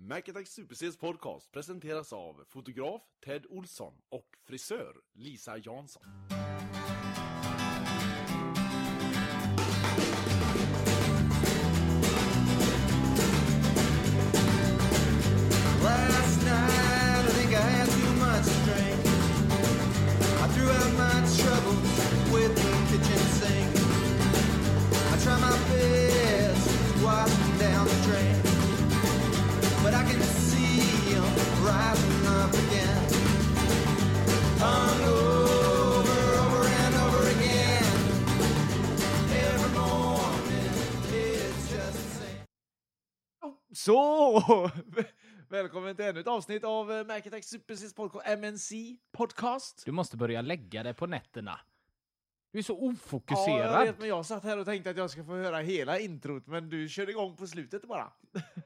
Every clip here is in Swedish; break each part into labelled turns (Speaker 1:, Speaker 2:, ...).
Speaker 1: Macattack SuperCs podcast presenteras av fotograf Ted Olsson och frisör Lisa Jansson.
Speaker 2: Last night, I think I had too much to drink. I threw out my troubles with the kitchen sink. I tried my best to wash them down the drain, but I can see 'em rising up again. Hung over, over and over again. Every morning, it's just the same.
Speaker 3: Så! Välkommen till ännu ett avsnitt av eh, Mac Attack Supersys podcast, MNC podcast.
Speaker 4: Du måste börja lägga det på nätterna. Du är så
Speaker 3: Ja, jag
Speaker 4: ofokuserad.
Speaker 3: vet, men jag satt här och tänkte att jag ska få höra hela introt, men du körde igång på slutet bara.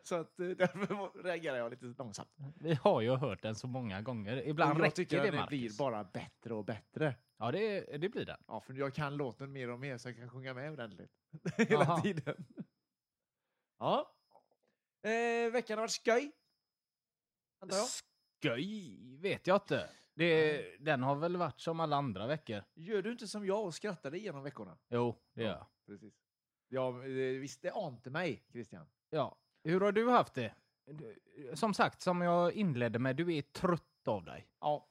Speaker 3: Så att eh, därför var- reagerar jag lite långsamt.
Speaker 4: Vi har ju hört den så många gånger. Ibland
Speaker 3: Och jag
Speaker 4: räcker
Speaker 3: tycker
Speaker 4: det,
Speaker 3: att det
Speaker 4: Marcus.
Speaker 3: blir bara bättre och bättre.
Speaker 4: Ja, det, det blir den.
Speaker 3: Ja, för jag kan låten mer och mer så jag kan sjunga med ordentligt. hela
Speaker 4: Aha.
Speaker 3: tiden. Ja. Eh, veckan har varit skoj. Antar jag.
Speaker 4: Sköj vet jag inte. Det, den har väl varit som alla andra veckor.
Speaker 3: Gör du inte som jag och skrattar dig igenom veckorna?
Speaker 4: Jo, det
Speaker 3: Ja.
Speaker 4: gör jag.
Speaker 3: Precis. Ja, eh, visst, det ante mig, Christian.
Speaker 4: Ja. Hur har du haft det? Du- Som sagt, som jag inledde med, du är trött av dig.
Speaker 3: Ja.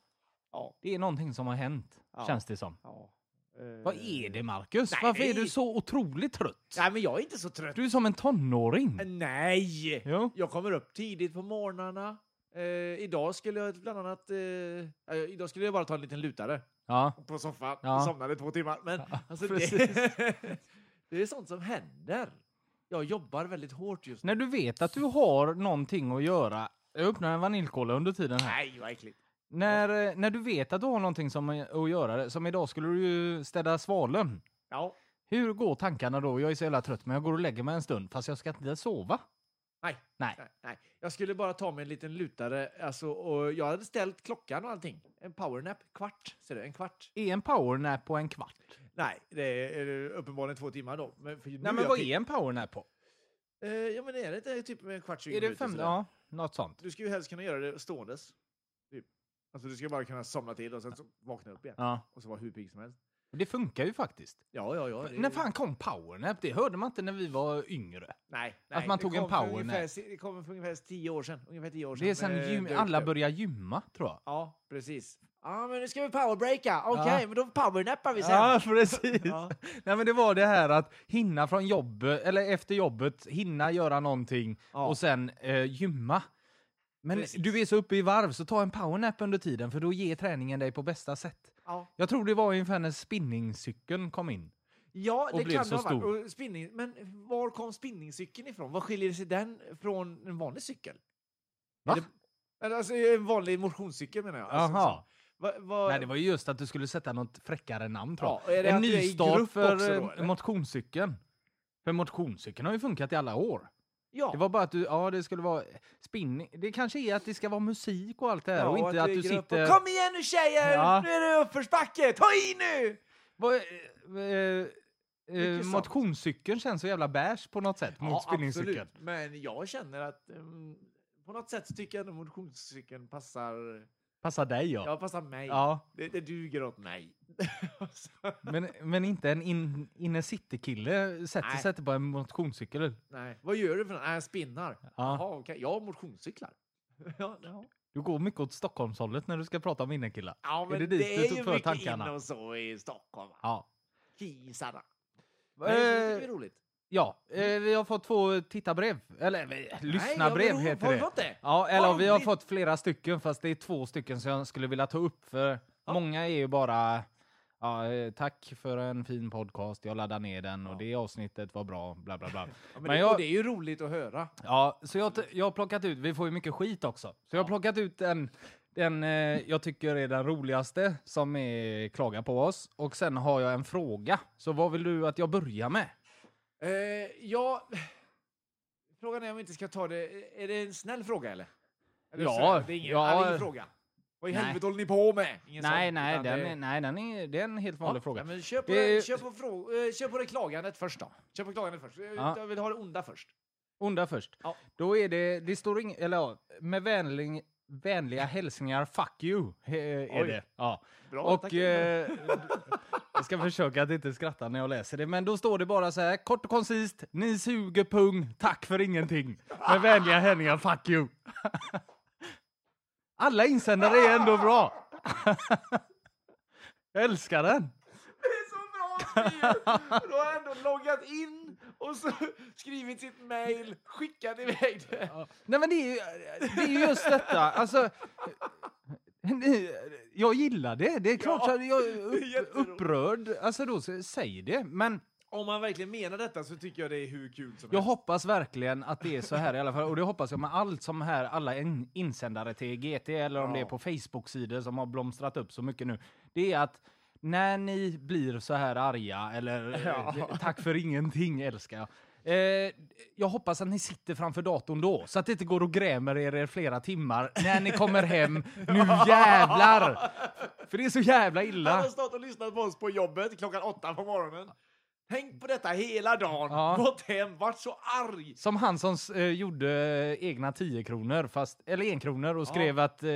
Speaker 3: Ja.
Speaker 4: Det är någonting som har hänt,
Speaker 3: Ja.
Speaker 4: känns det som.
Speaker 3: ja. Eh.
Speaker 4: Vad är det, Marcus? Varför är du så otroligt trött?
Speaker 3: Nej, men jag är inte så trött.
Speaker 4: Du är som en tonåring.
Speaker 3: Eh, Nej!
Speaker 4: Jo.
Speaker 3: Jag kommer upp tidigt på morgnarna. Eh, idag skulle jag bland annat... Eh, ja, idag skulle jag bara ta en liten lutare
Speaker 4: Ja.
Speaker 3: på soffan.
Speaker 4: Ja.
Speaker 3: Jag somnade två timmar. Men alltså,
Speaker 4: precis.
Speaker 3: det, det är sånt som händer. Jag jobbar väldigt hårt just nu.
Speaker 4: När du vet att du har någonting att göra. Jag öppnar en vaniljkola under tiden här.
Speaker 3: Nej, vad äckligt.
Speaker 4: När, eh, när du vet att du har någonting som, eh, att göra, som idag skulle du ju städa Svalön.
Speaker 3: Ja.
Speaker 4: Hur går tankarna då? Jag är så jävla trött men jag går och lägger mig en stund fast jag ska inte sova.
Speaker 3: Nej.
Speaker 4: Nej.
Speaker 3: Nej, nej. Jag skulle bara ta mig en liten lutare. Alltså, och jag hade ställt klockan och allting. En powernap. Kvart. Ser du? En kvart.
Speaker 4: Är en powernap på en kvart?
Speaker 3: Nej, det är eh, uppenbarligen två timmar då. Men för nu
Speaker 4: Nej men
Speaker 3: jag
Speaker 4: vad
Speaker 3: fick-
Speaker 4: är en powernap på?
Speaker 3: Eh, ja, men är det inte typ en kvart, 20
Speaker 4: Är det
Speaker 3: minuter?
Speaker 4: fem?
Speaker 3: sådär?
Speaker 4: Ja, något sånt.
Speaker 3: Du ska ju helst kunna göra det ståendes. Typ. Alltså, du ska bara kunna somna till och sen så vakna upp igen.
Speaker 4: Ja.
Speaker 3: Och så vara hur pigg som helst.
Speaker 4: Det funkar ju faktiskt.
Speaker 3: Ja, ja, ja. det-
Speaker 4: När fan kom powernap? Det hörde man inte när vi var yngre.
Speaker 3: nej, nej.
Speaker 4: att man
Speaker 3: det
Speaker 4: tog en
Speaker 3: kom för
Speaker 4: powernap.
Speaker 3: ungefär se- Det kom för ungefär tio år sedan. Ungefär tio år sedan.
Speaker 4: Det är sen
Speaker 3: eh,
Speaker 4: gym,
Speaker 3: dök
Speaker 4: alla
Speaker 3: det upp.
Speaker 4: börjar gymma tror jag.
Speaker 3: Ja, precis. Ja, men nu ska vi powerbreaka. Okej, men då powernappar vi sen.
Speaker 4: Ja, precis.
Speaker 3: Ja.
Speaker 4: Nej, men det var det här att hinna från jobbet, eller efter jobbet, hinna göra någonting
Speaker 3: Ja.
Speaker 4: och sen eh, gymma. Men
Speaker 3: Precis.
Speaker 4: du är så uppe i varv, så ta en powernap under tiden för då ger träningen dig på bästa sätt.
Speaker 3: Ja.
Speaker 4: Jag tror det var ungefär när spinningcykeln kom in.
Speaker 3: Ja,
Speaker 4: och
Speaker 3: det
Speaker 4: blev
Speaker 3: kan
Speaker 4: så
Speaker 3: det ha
Speaker 4: stor.
Speaker 3: varit. Och Spinning, men var kom spinningcykeln ifrån? Vad skiljer sig den från en vanlig cykel?
Speaker 4: Va?
Speaker 3: Eller- Eller, alltså en vanlig motionscykel menar jag. Alltså,
Speaker 4: Jaha.
Speaker 3: så- va, va,
Speaker 4: Nej, det var ju just att du skulle sätta något fräckare namn tror
Speaker 3: Ja,
Speaker 4: jag.
Speaker 3: är det
Speaker 4: en
Speaker 3: att du är i
Speaker 4: nystart
Speaker 3: grupp också
Speaker 4: för
Speaker 3: då,
Speaker 4: eh,
Speaker 3: eller?
Speaker 4: motionscykeln. För motionscykeln har ju funkat i alla år.
Speaker 3: ja.
Speaker 4: Det var bara att du, ja det skulle vara spinning. Det kanske är att det ska vara musik och allt det här
Speaker 3: Ja,
Speaker 4: och inte att,
Speaker 3: det
Speaker 4: du
Speaker 3: är grupp
Speaker 4: sitter...
Speaker 3: Och, Kom igen nu tjejer!
Speaker 4: Ja.
Speaker 3: Nu är det uppförsbacke! Ta i nu!
Speaker 4: Vad, eh, eh, eh,
Speaker 3: Mycket sant.
Speaker 4: motionscykeln känns så jävla bärs på något sätt mot spinningcykeln.
Speaker 3: absolut. Men jag känner att mm, på något sätt så tycker jag att motionscykeln passar,
Speaker 4: Passar dig ja.
Speaker 3: ja. passar mig.
Speaker 4: ja.
Speaker 3: Det, det duger åt mig. Så-
Speaker 4: Men, men inte en in, inner city-kille sätter
Speaker 3: Nej.
Speaker 4: sig inte på en motionscykel.
Speaker 3: Nej. Vad gör du för något? Nej, jag spinnar.
Speaker 4: Ja.
Speaker 3: Jaha, okej. Jag har motionscyklar. ja, ja.
Speaker 4: Du går mycket åt Stockholmshållet när du ska prata om innekillar.
Speaker 3: ja, men
Speaker 4: det
Speaker 3: det,
Speaker 4: dit du
Speaker 3: är ju
Speaker 4: för
Speaker 3: mycket
Speaker 4: tankarna?
Speaker 3: in och så i Stockholm. Ja.
Speaker 4: Ja.
Speaker 3: Kisarna. Men det är ju
Speaker 4: Eh,
Speaker 3: roligt.
Speaker 4: ja, eh, vi har fått två tittarbrev. Eller eh, lyssnarbrev
Speaker 3: Nej,
Speaker 4: heter
Speaker 3: Har
Speaker 4: det.
Speaker 3: vi fått det?
Speaker 4: Ja, eller
Speaker 3: Vad
Speaker 4: vi har
Speaker 3: roligt.
Speaker 4: fått flera stycken, fast det är två stycken som jag skulle vilja ta upp. För många är ju bara, ja, eh, tack för en fin podcast, jag laddar ner den och
Speaker 3: Ja.
Speaker 4: det avsnittet var bra, bla bla bla.
Speaker 3: Ja, men
Speaker 4: Men
Speaker 3: det,
Speaker 4: jag-
Speaker 3: och det är ju roligt att höra.
Speaker 4: ja, så jag, t- jag har plockat ut, vi får ju mycket skit också, så jag har plockat ut den, den eh, jag tycker är den roligaste som är klaga på oss. Och sen har jag en fråga, så vad vill du att jag börjar med?
Speaker 3: Eh, ja, frågan är om vi inte ska ta det. Är det en snäll fråga eller? eller
Speaker 4: Ja,
Speaker 3: så- det är ingen
Speaker 4: ja.
Speaker 3: arg fråga. Vad i
Speaker 4: Nej.
Speaker 3: helvete håller ni på med? Ingen
Speaker 4: Nej,
Speaker 3: sån,
Speaker 4: nej,
Speaker 3: utan
Speaker 4: den
Speaker 3: det-
Speaker 4: är, nej, den är, det är en helt vanlig
Speaker 3: Ja,
Speaker 4: fråga.
Speaker 3: ja, men kör, på
Speaker 4: Det-
Speaker 3: det, kör, på frå, eh, kör på det klagandet först då. Kör på klagandet först. Eh,
Speaker 4: Ja.
Speaker 3: Jag vill ha det onda först.
Speaker 4: Onda först.
Speaker 3: Ja.
Speaker 4: Då är det, det står ing, eller ja, med vänlig, vänliga hälsningar, fuck you, eh, är
Speaker 3: Oj.
Speaker 4: det. Ja.
Speaker 3: Bra, tack.
Speaker 4: och eh, jag ska försöka att inte skratta när jag läser det, men då står det bara så här, kort och koncist, ni suger pung, tack för ingenting. Med vänliga hälsningar, fuck you. Alla insändare är ändå bra. jag älskar den.
Speaker 3: Det är så bra skrivet! Du har ändå loggat in och så skrivit sitt mail, skickat iväg det.
Speaker 4: Nej men det är ju, det är ju just detta, alltså. ni- Jag gillar det, det är klart
Speaker 3: Ja,
Speaker 4: att jag är
Speaker 3: det är
Speaker 4: upp,
Speaker 3: jätteroligt.
Speaker 4: upprörd, alltså då s- säg det. Men
Speaker 3: Om man verkligen menar detta så tycker jag det är hur kul som
Speaker 4: jag
Speaker 3: helst.
Speaker 4: hoppas verkligen att det är så här i alla fall, och det hoppas jag med allt som här, alla in, insändare till GT eller om det är på Facebook-sidor som har blomstrat upp så mycket nu. Det är att när ni blir så här arga, eller eh, tack för ingenting älskar jag. Eh, jag hoppas att ni sitter framför datorn då, så att det inte går och grämer er i flera timmar när ni kommer hem. Nu jävlar! För det är så jävla
Speaker 3: Han
Speaker 4: illa.
Speaker 3: har stått och lyssnat på oss på jobbet klockan åtta på morgonen. Tänk på detta hela dagen,
Speaker 4: Ja.
Speaker 3: gått hem, varit så arg.
Speaker 4: Som han som s- eh, gjorde egna 10 kronor fast, eller en kronor och skrev att eh,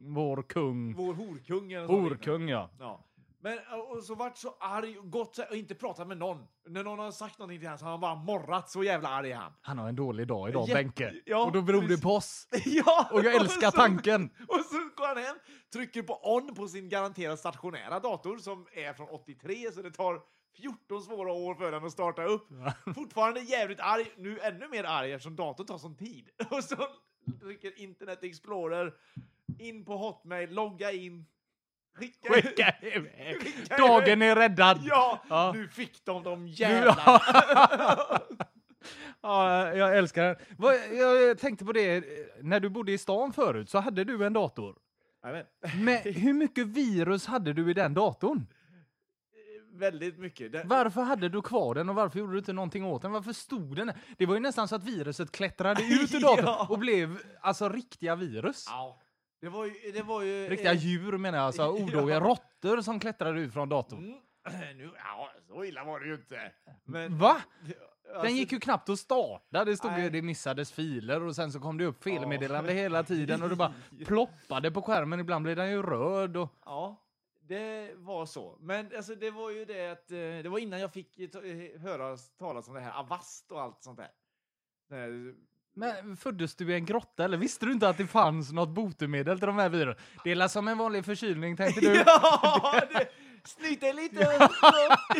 Speaker 4: vår kung,
Speaker 3: Vår horkung eller så.
Speaker 4: horkung ja.
Speaker 3: Ja. Men och så vart så arg och gått så- och inte pratat med någon. När någon har sagt någonting till honom så har han bara morrat. Så jävla arg är han.
Speaker 4: Han har en dålig dag idag
Speaker 3: Jätte-
Speaker 4: Benke.
Speaker 3: ja,
Speaker 4: och då beror det
Speaker 3: precis. Alltså.
Speaker 4: på oss.
Speaker 3: Ja!
Speaker 4: Och jag älskar
Speaker 3: så-
Speaker 4: tanken.
Speaker 3: Och så går han hem, trycker på on på sin garanterat stationära dator som är från 83 så det tar 14 svåra år för den att starta upp. Fortfarande jävligt arg, nu ännu mer arg eftersom datorn tar sån tid. Och så trycker Internet Explorer in på Hotmail, logga in, skicka,
Speaker 4: Skicka iväg.
Speaker 3: Skicka
Speaker 4: Dagen
Speaker 3: iväg.
Speaker 4: är räddad.
Speaker 3: Ja,
Speaker 4: Ja.
Speaker 3: nu fick de de
Speaker 4: Ja.
Speaker 3: jävlarna!
Speaker 4: Ja, jag älskar den. Vad- Jag tänkte på det, eh, när du bodde i stan förut så hade du en dator.
Speaker 3: Jajamän.
Speaker 4: Men hur mycket virus hade du i den datorn?
Speaker 3: Väldigt mycket. Det-
Speaker 4: Varför hade du kvar den och varför gjorde du inte någonting åt den? Varför stod den där? Det var ju nästan så att viruset klättrade ut ur datorn
Speaker 3: Ja.
Speaker 4: och blev alltså riktiga virus.
Speaker 3: Ja. Det var ju... Det var ju
Speaker 4: Riktiga
Speaker 3: eh,
Speaker 4: djur menar jag, alltså odåga
Speaker 3: Ja.
Speaker 4: råttor som klättrade ut från datorn.
Speaker 3: Mm. Nu, ja, så illa var det ju inte. Men,
Speaker 4: Va?
Speaker 3: alltså,
Speaker 4: Den gick ju knappt att starta. Det stod ju
Speaker 3: Nej.
Speaker 4: det missades filer och sen så kom det upp felmeddelande hela
Speaker 3: alltså-
Speaker 4: tiden och det bara ploppade på skärmen. Ibland blev den ju röd och...
Speaker 3: Ja, det var så. Men alltså, det var ju det att... eh, Det var innan jag fick eh, ta- eh, höra talas om det här Avast och allt sånt där. Nej,
Speaker 4: Men föddes du i en grotta eller visste du inte att det fanns något botemedel till de här virusen? Det är la som en vanlig förkylning tänkte du.
Speaker 3: Ja, det, snyt dig lite!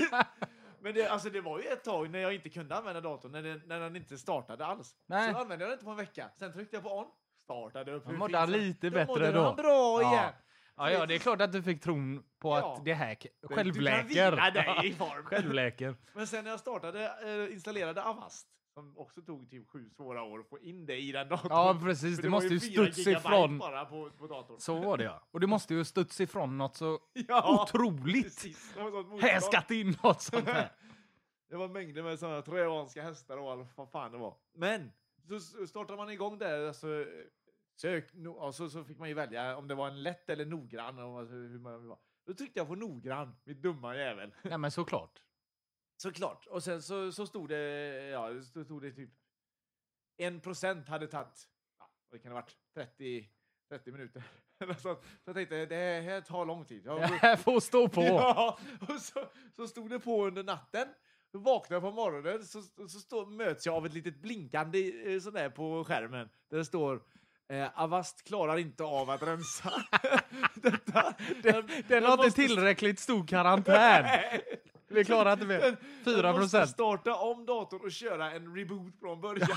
Speaker 3: Men det, alltså det var ju ett tag när jag inte kunde använda datorn, när den, när den inte startade alls.
Speaker 4: Nej.
Speaker 3: Sen använde jag den inte på en vecka, sen tryckte jag på on, startade upp.
Speaker 4: Då
Speaker 3: hur
Speaker 4: mådde
Speaker 3: finns
Speaker 4: han
Speaker 3: den?
Speaker 4: lite
Speaker 3: Då
Speaker 4: bättre
Speaker 3: mådde
Speaker 4: då.
Speaker 3: han bra
Speaker 4: Ja.
Speaker 3: igen.
Speaker 4: Ja, ja, det är klart att du fick tron på
Speaker 3: Ja.
Speaker 4: att det här k-
Speaker 3: Du
Speaker 4: självläker.
Speaker 3: Du kan vila dig i form.
Speaker 4: Självläker.
Speaker 3: Men sen när jag startade, eh, installerade Avast, som också tog typ sju svåra år att få in det i den datorn.
Speaker 4: Ja, precis.
Speaker 3: För
Speaker 4: Du
Speaker 3: var
Speaker 4: måste ju
Speaker 3: fyra
Speaker 4: studsa
Speaker 3: gigabyte
Speaker 4: ifrån.
Speaker 3: bara på, på datorn.
Speaker 4: Så var det ja. Och du måste ju studsa ifrån något så
Speaker 3: Ja,
Speaker 4: otroligt.
Speaker 3: precis. Det var sånt motstånd.
Speaker 4: Här ska det in något sånt här.
Speaker 3: Det var mängder med sådana trojanska hästar och allt vad fan det var. Men så s- startade man igång där. Alltså, sök, no, ja, så, så fick man ju välja om det var en lätt eller noggrann. om- Alltså, hur man, var. Då tryckte jag på noggrann, mitt dumma jävel.
Speaker 4: Nej men såklart.
Speaker 3: Såklart. Och sen så, så stod det, ja, så stod det typ en procent hade tagit, ja, det kan ha varit 30, 30 minuter. Eller så, så jag tänkte, det här tar lång tid.
Speaker 4: Det
Speaker 3: Jag,
Speaker 4: här får stå på.
Speaker 3: Ja, och så, så stod det på under natten. Då vaknade jag på morgonen så, så står- möts jag av ett litet blinkande eh, sån där på skärmen där det står eh, Avast klarar inte av att rensa. Detta, den,
Speaker 4: Den har inte tillräckligt stor karantän. Vi klarar inte mer.
Speaker 3: Jag
Speaker 4: 4
Speaker 3: måste
Speaker 4: procent.
Speaker 3: starta om datorn och köra en reboot från början.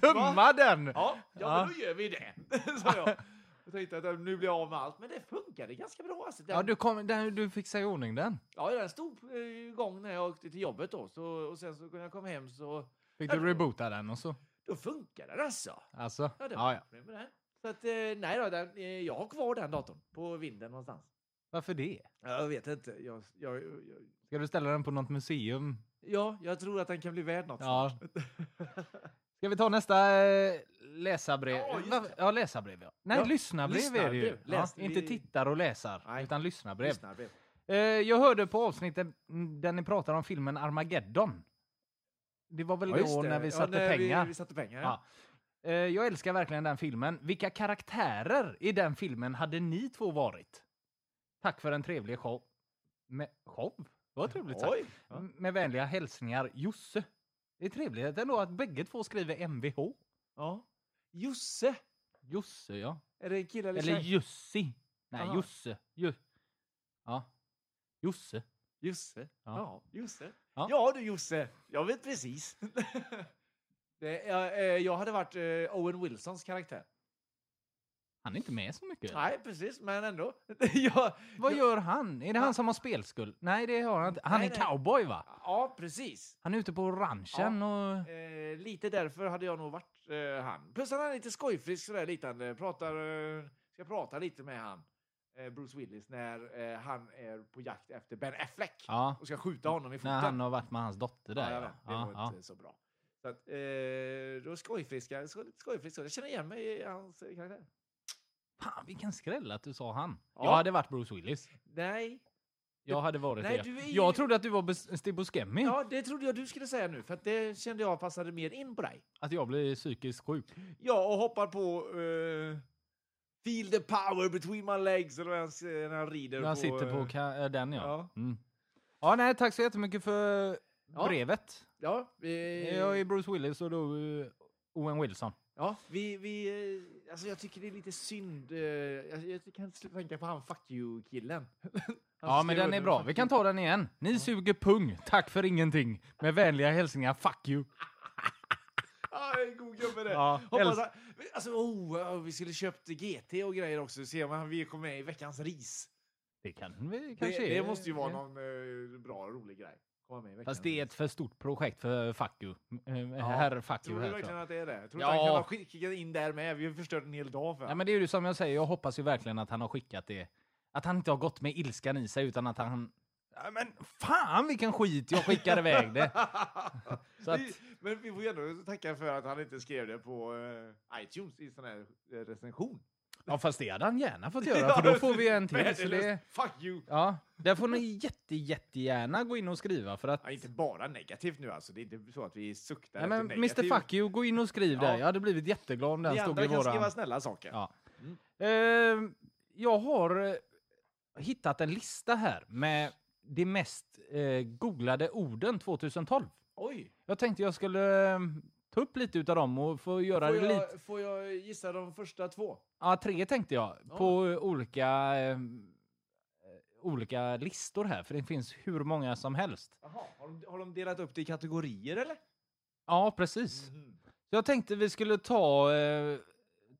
Speaker 4: Tumma den!
Speaker 3: ja, ja,
Speaker 4: Ja.
Speaker 3: men då gör vi det, sa jag. Jag tänkte att eh, nu blir jag av med allt, men det funkade ganska bra. Alltså, den,
Speaker 4: Ja, du, kom, den, du fixar i ordning den.
Speaker 3: Ja, den stod eh, igång när jag åkte till jobbet då. Så, och sen så när jag kom hem så...
Speaker 4: Fick du reboota den och så?
Speaker 3: Då funkade den alltså.
Speaker 4: Alltså,
Speaker 3: Ja, det var
Speaker 4: ja, ja.
Speaker 3: problem med det. Så att, eh, nej då, den, eh, jag har kvar den datorn på vinden någonstans.
Speaker 4: Varför det?
Speaker 3: Ja, Jag vet inte. Jag, jag, jag,
Speaker 4: Ska du ställa den på något museum?
Speaker 3: ja, jag tror att den kan bli värd något
Speaker 4: Ja.
Speaker 3: snart.
Speaker 4: Ska vi ta nästa eh, läsarbrev?
Speaker 3: Ja, just
Speaker 4: Va- ja läsarbrev. Ja. Nej,
Speaker 3: Ja,
Speaker 4: lyssnarbrev är det ju.
Speaker 3: lyssnarbrev. Läs-
Speaker 4: ja, inte
Speaker 3: vi-
Speaker 4: tittar och läsar,
Speaker 3: Nej.
Speaker 4: utan lyssnarbrev.
Speaker 3: Lyssnarbrev.
Speaker 4: Eh, jag hörde på avsnittet mm, där ni pratar om filmen Armageddon. Det var väl
Speaker 3: Ja, just
Speaker 4: då
Speaker 3: det.
Speaker 4: när vi
Speaker 3: Ja,
Speaker 4: satte
Speaker 3: när vi-
Speaker 4: pengar.
Speaker 3: Vi satte pengar,
Speaker 4: Ja.
Speaker 3: ja.
Speaker 4: Eh, Jag älskar verkligen den filmen. Vilka karaktärer i den filmen hade ni två varit? Tack för en trevlig show. Med show? Vad trevligt sagt.
Speaker 3: Oj! Ja.
Speaker 4: M- Med vänliga hälsningar Josse. Det är trevligt ändå att bägge två skriver MVH.
Speaker 3: ja. Josse!
Speaker 4: Josse, ja.
Speaker 3: Är det en kille eller,
Speaker 4: Eller
Speaker 3: tjej?
Speaker 4: Jussi. Nej,
Speaker 3: Aha.
Speaker 4: Josse. Ju- ja. Josse.
Speaker 3: Josse.
Speaker 4: Ja.
Speaker 3: Ja. Josse.
Speaker 4: Ja.
Speaker 3: Ja. du Josse, jag vet precis. det, jag, eh, jag hade varit eh, Owen Wilsons karaktär.
Speaker 4: Han är inte med så mycket.
Speaker 3: Nej, precis, men ändå. jag,
Speaker 4: Vad
Speaker 3: jag,
Speaker 4: gör han? Är det han som har spelskuld? Nej, det har han inte. Han
Speaker 3: Nej,
Speaker 4: är
Speaker 3: nej.
Speaker 4: cowboy, va?
Speaker 3: ja, precis.
Speaker 4: Han är ute på ranchen och...
Speaker 3: Eh, lite därför hade jag nog varit eh, han. Plus han är lite skojfrisk sådär lite. Han eh, pratar, eh, ska prata lite med han, eh, Bruce Willis, när eh, han är på jakt efter Ben Affleck.
Speaker 4: Ja.
Speaker 3: Och ska skjuta honom i foten.
Speaker 4: När han har varit med hans dotter där.
Speaker 3: Ja,
Speaker 4: Ja,
Speaker 3: jag vet. Det
Speaker 4: ja,
Speaker 3: var
Speaker 4: ja.
Speaker 3: inte så bra. Så att, eh, då skojfriska, sko- lite skojfrisk. Jag känner igen mig i hans eh, karaktär.
Speaker 4: Fan, vilken skräll att du sa han.
Speaker 3: Ja.
Speaker 4: Jag hade varit Bruce Willis.
Speaker 3: Nej.
Speaker 4: Jag hade varit
Speaker 3: Nej,
Speaker 4: det.
Speaker 3: du är ju-
Speaker 4: Jag trodde att du var Bes- Stebo Buscemi.
Speaker 3: Ja, det trodde jag du skulle säga nu, för att det kände jag passade mer in på dig.
Speaker 4: Att jag blir psykiskt sjuk.
Speaker 3: Ja, och hoppar på... Eh, Feel the power between my legs, eller vad han, s- när han rider
Speaker 4: När jag
Speaker 3: på...
Speaker 4: sitter på
Speaker 3: eh,
Speaker 4: ka- äh, den, ja. Ja.
Speaker 3: ja.
Speaker 4: Mm. ja, nej, tack så jättemycket för
Speaker 3: Ja. Eh,
Speaker 4: brevet.
Speaker 3: Ja,
Speaker 4: Jag
Speaker 3: vi,
Speaker 4: är Bruce Willis och du är Owen Wilson.
Speaker 3: ja vi, vi, eh, alltså jag tycker det är lite synd. eh, Jag, jag kan inte sluta tänka på han fuck you-killen. Han
Speaker 4: Ja, men
Speaker 3: skrev
Speaker 4: den är
Speaker 3: under
Speaker 4: bra.
Speaker 3: fuck
Speaker 4: Vi kan
Speaker 3: you.
Speaker 4: ta den igen. Ni suger pung. Tack för ingenting. Med vänliga hälsningar, fuck you.
Speaker 3: Ja, det är en god gubbe det.
Speaker 4: Ja,
Speaker 3: Hoppas
Speaker 4: älsk-
Speaker 3: han, alltså, oh, ja, vi skulle köpt GT och grejer också. Se om han- vi kommer med i veckans ris.
Speaker 4: Det kan vi
Speaker 3: Det,
Speaker 4: kanske
Speaker 3: det
Speaker 4: är-
Speaker 3: måste ju vara
Speaker 4: ja.
Speaker 3: någon eh, bra, rolig grej. Komma med i veckans
Speaker 4: Fast det är ett
Speaker 3: ris.
Speaker 4: för stort projekt för fuck you. Äh, Herr fuck you.
Speaker 3: Tror du
Speaker 4: här,
Speaker 3: verkligen att det är det? Tror du
Speaker 4: Ja.
Speaker 3: att han kan ha skickat in där med? Vi har förstört en hel dag för
Speaker 4: Ja, men det är ju som jag säger, jag hoppas ju verkligen att han har skickat det. Att han inte har gått med ilskan i sig utan att han... Ja, men fan vilken skit jag skickar iväg det! Så att,
Speaker 3: Vi- Men vi får ju ändå tacka för att han inte skrev det på eh, iTunes i sån här eh, recension.
Speaker 4: ja, fast det hade han gärna fått göra för då får vi en till. Så det,
Speaker 3: Värdelöst. Fuck you!
Speaker 4: ja, där får ni jätte, jättegärna gå in och skriva för att...
Speaker 3: Ja, inte bara negativt nu alltså. Det är inte så att vi suktar
Speaker 4: Ja, men
Speaker 3: efter negativt.
Speaker 4: Mr Fuck you, gå in och skriv
Speaker 3: Ja.
Speaker 4: där. Jag hade blivit jätteglad om den
Speaker 3: Ni
Speaker 4: stod
Speaker 3: andra
Speaker 4: i
Speaker 3: kan skriva
Speaker 4: våran...
Speaker 3: snälla saker.
Speaker 4: Ja. Eh, jag har eh, hittat en lista här med de mest eh, googlade orden 2012.
Speaker 3: Oj!
Speaker 4: Jag tänkte jag skulle eh, ta upp lite utav dem och få göra
Speaker 3: Får
Speaker 4: det lite...
Speaker 3: jag, får jag gissa de första två?
Speaker 4: Ja, tre tänkte jag. På eh, olika, eh, olika listor här, för det finns hur många som helst.
Speaker 3: Jaha, har de, har de delat upp det i kategorier eller?
Speaker 4: Ja, precis. Mm.
Speaker 3: Mhm.
Speaker 4: Så jag tänkte vi skulle ta eh,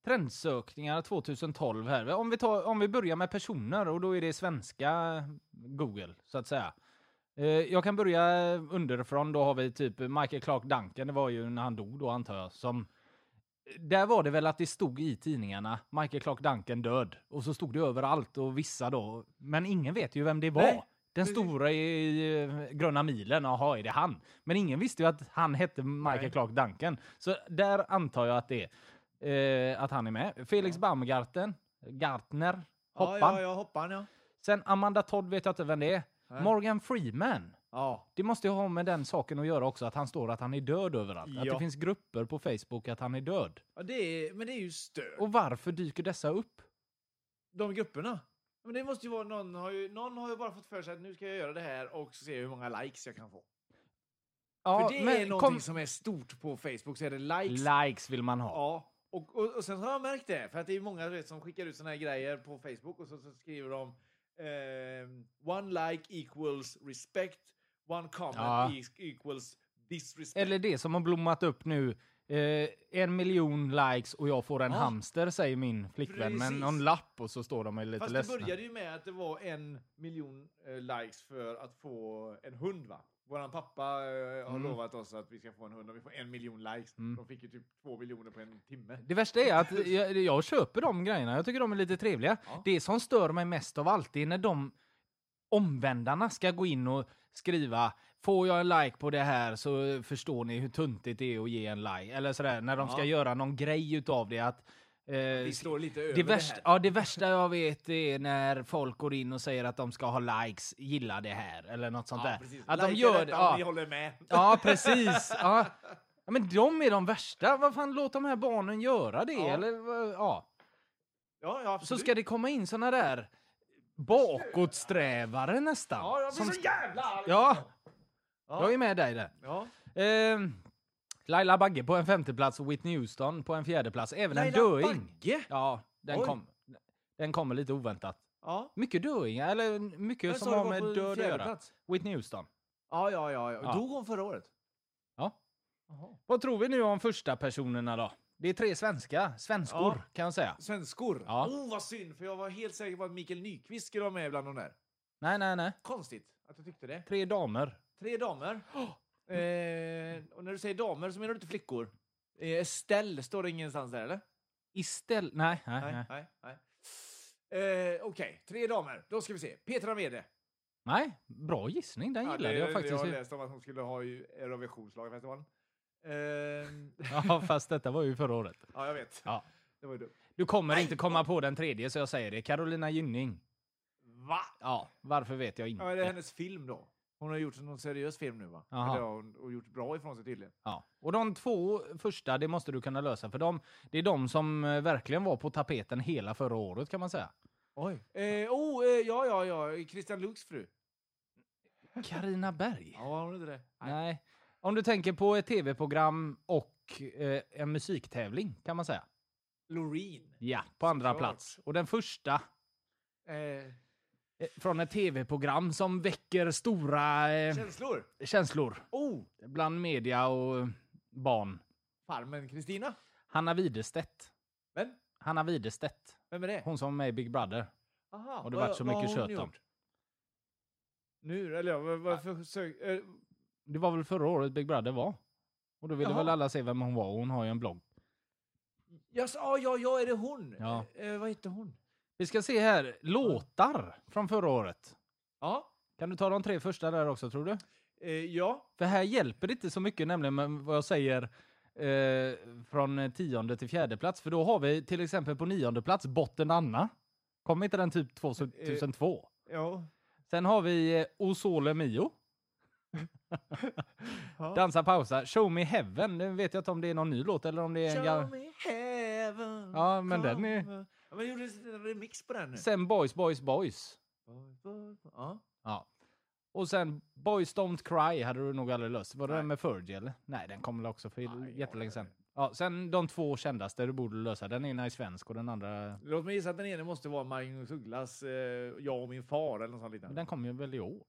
Speaker 4: trendsökningar 2012 här. Om vi, tar, om vi börjar med personer, och då är det svenska Google, så att säga. Eh, jag kan börja underifrån. Då har vi typ Michael Clark Duncan, det var ju när han dog då antar jag, som där var det väl att det stod i tidningarna Michael Clark Duncan död och så stod det överallt och vissa då, men ingen vet ju vem det var.
Speaker 3: Nej,
Speaker 4: Den
Speaker 3: precis.
Speaker 4: stora i eh, Gröna milen, jaha, är det han? Men ingen visste ju att han hette Michael
Speaker 3: Nej.
Speaker 4: Clark Duncan. Så där antar jag att det är eh, att han är med. Felix Baumgarten, Gartner, hoppan.
Speaker 3: Ja, ja, ja hoppan ja.
Speaker 4: Sen Amanda Todd vet jag inte vem det är.
Speaker 3: Nej.
Speaker 4: Morgan Freeman.
Speaker 3: Ja,
Speaker 4: Det måste ju ha med den saken att göra också, att han står att han är död överallt. Att
Speaker 3: Ja.
Speaker 4: det finns grupper på Facebook att han är död.
Speaker 3: ja det är, men det är ju stört.
Speaker 4: Och varför dyker dessa upp?
Speaker 3: de grupperna. Men det måste ju vara någon har ju, någon har ju bara fått för sig att nu ska jag göra det här och så ser jag hur många likes jag kan få.
Speaker 4: Ja,
Speaker 3: för det är någonting
Speaker 4: kom-
Speaker 3: som är stort på Facebook så är det likes.
Speaker 4: Likes vill man ha.
Speaker 3: Ja. Och, och, och sen har jag märkt det, för att det är många du vet, som skickar ut såna här grejer på Facebook och så, så skriver de ehm, One like equals respect, one comment
Speaker 4: Ja.
Speaker 3: e- equals disrespect.
Speaker 4: Eller det som har blommat upp nu. Eh, en miljon likes och jag får en
Speaker 3: Ja.
Speaker 4: hamster, säger min flickvän. Men
Speaker 3: Precis.
Speaker 4: någon lapp och så står de och är lite
Speaker 3: Fast det
Speaker 4: ledsna.
Speaker 3: började ju med att det var en miljon eh, likes för att få en hund va? Våran pappa eh, har
Speaker 4: Mm.
Speaker 3: lovat oss att vi ska få en hund om vi får en miljon likes. De fick ju typ två miljoner på en timme.
Speaker 4: Det värsta är att jag, jag köper de grejerna. Jag tycker de är lite trevliga.
Speaker 3: Ja.
Speaker 4: Det som stör mig mest av allt är när de omvändarna ska gå in och skriva Får jag en like på det här så förstår ni hur tuntigt det är att ge en like. Eller sådär, när de ska
Speaker 3: Ja.
Speaker 4: göra någon grej utav det. Att, eh, Eh,
Speaker 3: Vi står lite över
Speaker 4: det,
Speaker 3: det,
Speaker 4: värsta,
Speaker 3: här.
Speaker 4: ja, det värsta jag vet är när folk går in och säger att de ska ha likes, gilla det här eller något sånt där.
Speaker 3: precis.
Speaker 4: Att de
Speaker 3: Like
Speaker 4: gör
Speaker 3: detta
Speaker 4: det.
Speaker 3: om ni
Speaker 4: Ja.
Speaker 3: håller med.
Speaker 4: ja, precis. Ja. Ja, men de är de värsta. Vad fan, låt de här barnen göra det.
Speaker 3: Ja.
Speaker 4: Eller, vad- ja.
Speaker 3: Ja, ja,
Speaker 4: Så
Speaker 3: absolut.
Speaker 4: ska det komma in såna där bakåtsträvare nästan.
Speaker 3: Ja, jag blir
Speaker 4: Som-
Speaker 3: så jävla arg!
Speaker 4: ja,
Speaker 3: Ja.
Speaker 4: jag är med dig där.
Speaker 3: Ja.
Speaker 4: Ehm, Laila Bagge på en femteplats och Whitney Houston på en fjärdeplats. Även
Speaker 3: Laila
Speaker 4: en döing.
Speaker 3: Bagge?
Speaker 4: Ja, den,
Speaker 3: Oj.
Speaker 4: kom, den kommer lite oväntat.
Speaker 3: Ja.
Speaker 4: Mycket döingar, eller mycket
Speaker 3: Vem sa
Speaker 4: som
Speaker 3: du
Speaker 4: har
Speaker 3: var
Speaker 4: med
Speaker 3: på
Speaker 4: död att
Speaker 3: fjärde
Speaker 4: göra.
Speaker 3: plats?
Speaker 4: Whitney Houston.
Speaker 3: Ja, ja, ja.
Speaker 4: Ja.
Speaker 3: ja. Dog hon förra året?
Speaker 4: Ja.
Speaker 3: Jaha.
Speaker 4: Vad tror vi nu om första personerna då? Det är tre svenska, svenskor
Speaker 3: Ja.
Speaker 4: kan jag säga.
Speaker 3: Svenskor?
Speaker 4: Ja.
Speaker 3: Oh, vad synd, för jag var helt säker på att Mikael Nyqvist skulle vara med bland de där.
Speaker 4: Nej, nej, nej.
Speaker 3: Konstigt att jag tyckte det.
Speaker 4: Tre damer.
Speaker 3: Tre damer. Eh, och när du säger damer så menar du inte flickor? Eh, Estelle står det ingenstans där, eller?
Speaker 4: Istället... Nej, nej, nej.
Speaker 3: nej. nej. Eh, Okej, tre damer. Då ska vi se. Petra Mede.
Speaker 4: Nej, bra gissning. Den gillade
Speaker 3: det-
Speaker 4: jag faktiskt.
Speaker 3: Jag har läst om att hon skulle ha i Eurovisionsschlagerfestivalen. Eh,
Speaker 4: Ja, fast detta var ju förra året.
Speaker 3: ja, jag vet.
Speaker 4: Ja.
Speaker 3: Det var ju dumt.
Speaker 4: Du kommer
Speaker 3: Nej,
Speaker 4: inte komma på den tredje, så jag säger det. Carolina Gynning.
Speaker 3: Va?
Speaker 4: Ja, varför vet jag inte.
Speaker 3: Ja, är det hennes film då? Hon har gjort någon seriös film nu, va?
Speaker 4: Jaha.
Speaker 3: Eller har hon, och gjort bra ifrån sig tydligen.
Speaker 4: Ja. Och de två första, det måste du kunna lösa. För de, det är de som eh, verkligen var på tapeten hela förra året kan man säga.
Speaker 3: Oj. Eh, oh, eh, ja, ja, ja. Christian Luuks fru.
Speaker 4: Karina Berg?
Speaker 3: Ja, har hon inte det?
Speaker 4: Nej. Om du tänker på ett tv-program och eh, en musiktävling kan man säga.
Speaker 3: Loreen.
Speaker 4: Ja, på andra
Speaker 3: Såklart.
Speaker 4: plats. Och den första
Speaker 3: Eh,
Speaker 4: eh, från ett tv-program som väcker stora eh,
Speaker 3: känslor.
Speaker 4: känslor
Speaker 3: Oh,
Speaker 4: bland media och eh, barn.
Speaker 3: farmen Kristina.
Speaker 4: Hanna Widerstedt.
Speaker 3: Vem?
Speaker 4: Hanna Widerstedt.
Speaker 3: Vem är det?
Speaker 4: Hon som var med i Big Brother.
Speaker 3: Aha,
Speaker 4: Och det
Speaker 3: vad-
Speaker 4: vart så
Speaker 3: vad
Speaker 4: mycket
Speaker 3: har hon
Speaker 4: kött om.
Speaker 3: gjort? Nu, eller ja, vad- varför sök, eh,
Speaker 4: Det var väl förra året Big Brother var? Och då ville
Speaker 3: Jaha.
Speaker 4: väl alla se vem hon var. Hon har ju en blogg.
Speaker 3: Jaså, ah, ja, ja, är det hon?
Speaker 4: Ja.
Speaker 3: Eh, vad heter hon?
Speaker 4: Vi ska se här. Låtar från förra året.
Speaker 3: Ja.
Speaker 4: Kan du ta de tre första där också tror du?
Speaker 3: Eh, ja.
Speaker 4: För här hjälper det inte så mycket nämligen med vad jag säger eh, från tionde till fjärde plats. För då har vi till exempel på nionde plats Botten Anna. Kom inte den typ
Speaker 3: Eh,
Speaker 4: 2002?
Speaker 3: Ja.
Speaker 4: Sen har vi eh, O Sole Mio.
Speaker 3: Ja.
Speaker 4: Dansa pausa. Show me heaven. Nu vet jag inte om det är någon ny låt eller om det är en
Speaker 3: Show
Speaker 4: gammal...
Speaker 3: me heaven.
Speaker 4: Ja, men den är-
Speaker 3: come. Ja, men gjorde en remix på den nu.
Speaker 4: Sen Boys, Boys, Boys.
Speaker 3: Boy, boy, boy. Ja.
Speaker 4: Ja. Och sen Boys Don't Cry hade du nog aldrig löst. Var det
Speaker 3: Nej.
Speaker 4: den med Fergie eller? Nej, den kom väl också för
Speaker 3: Nej,
Speaker 4: jättelänge
Speaker 3: jag
Speaker 4: sedan.
Speaker 3: vet
Speaker 4: Ja, sen de två kändaste du borde lösa. Den ena är svensk och den andra...
Speaker 3: Låt mig gissa att den ene måste vara Magnus Ugglas eh, Jag och min far eller något sånt
Speaker 4: Men
Speaker 3: liknande.
Speaker 4: den kom ju väl i år?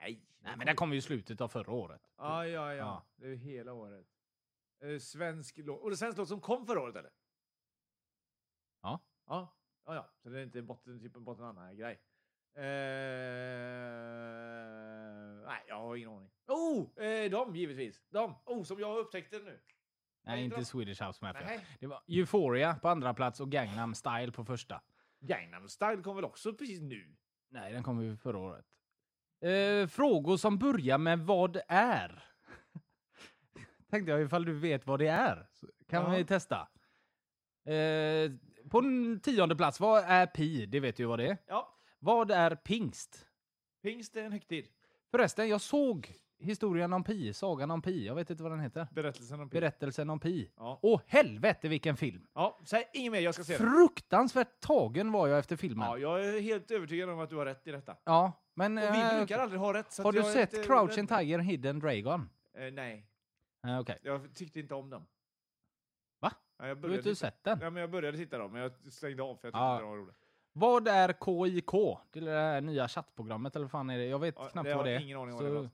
Speaker 3: Nej.
Speaker 4: Nej, men den kom ju i slutet av förra året.
Speaker 3: Ja, ja, ja.
Speaker 4: Ja.
Speaker 3: Det är ju hela året. Eh, svensk låt. Och det är svensk låt som kom förra året, eller?
Speaker 4: Ja.
Speaker 3: Ja, ja. ja. Så det är inte botten, typ en botten annan grej. Eh, nej, jag har ingen aning. Oh! Eh, de, givetvis. De. Oh, som jag upptäckte nu.
Speaker 4: Nej,
Speaker 3: Nej,
Speaker 4: inte
Speaker 3: inte-
Speaker 4: Swedish House Mafia.
Speaker 3: Nej.
Speaker 4: Det var Euphoria på andra plats och Gangnam Style på första.
Speaker 3: Gangnam Style kom väl också precis nu?
Speaker 4: Nej, den kom ju förra året. Eh, frågor som börjar med vad är? Tänkte jag ifall du vet vad det är. Så kan
Speaker 3: Ja.
Speaker 4: vi testa. Eh, på n- tionde plats, vad är pi? Det vet du ju vad det är.
Speaker 3: Ja.
Speaker 4: Vad är pingst?
Speaker 3: Pingst är en högtid.
Speaker 4: Förresten, jag såg historien om pi, sagan om pi. Jag vet inte vad den heter.
Speaker 3: Berättelsen om pingst.
Speaker 4: Berättelsen om pi.
Speaker 3: ja.
Speaker 4: Åh helvete vilken film!
Speaker 3: ja, säg inget mer. Jag ska se den.
Speaker 4: Fruktansvärt tagen var jag efter filmen.
Speaker 3: Ja, jag är helt övertygad om att du har rätt i detta.
Speaker 4: Ja, men...
Speaker 3: Och vi
Speaker 4: eh,
Speaker 3: brukar aldrig ha rätt. Så
Speaker 4: har
Speaker 3: att
Speaker 4: du
Speaker 3: jag är
Speaker 4: sett
Speaker 3: inte
Speaker 4: Crouching
Speaker 3: rädd.
Speaker 4: Tiger Hidden Dragon?
Speaker 3: Eh, nej,
Speaker 4: Eh, Okej.
Speaker 3: jag tyckte inte om dem.
Speaker 4: Va?
Speaker 3: Ja, jag
Speaker 4: Du har
Speaker 3: började,
Speaker 4: inte
Speaker 3: titta.
Speaker 4: sett den?
Speaker 3: Ja, men jag började titta dem, men jag slängde av för jag tyckte
Speaker 4: Ja.
Speaker 3: inte de var roliga.
Speaker 4: Vad är KIK? Det är det här nya chattprogrammet eller vad fan är det? Jag vet
Speaker 3: Ja,
Speaker 4: knappt
Speaker 3: det
Speaker 4: vad
Speaker 3: har
Speaker 4: det är.
Speaker 3: jag ingen aning om
Speaker 4: Så-
Speaker 3: vad det var.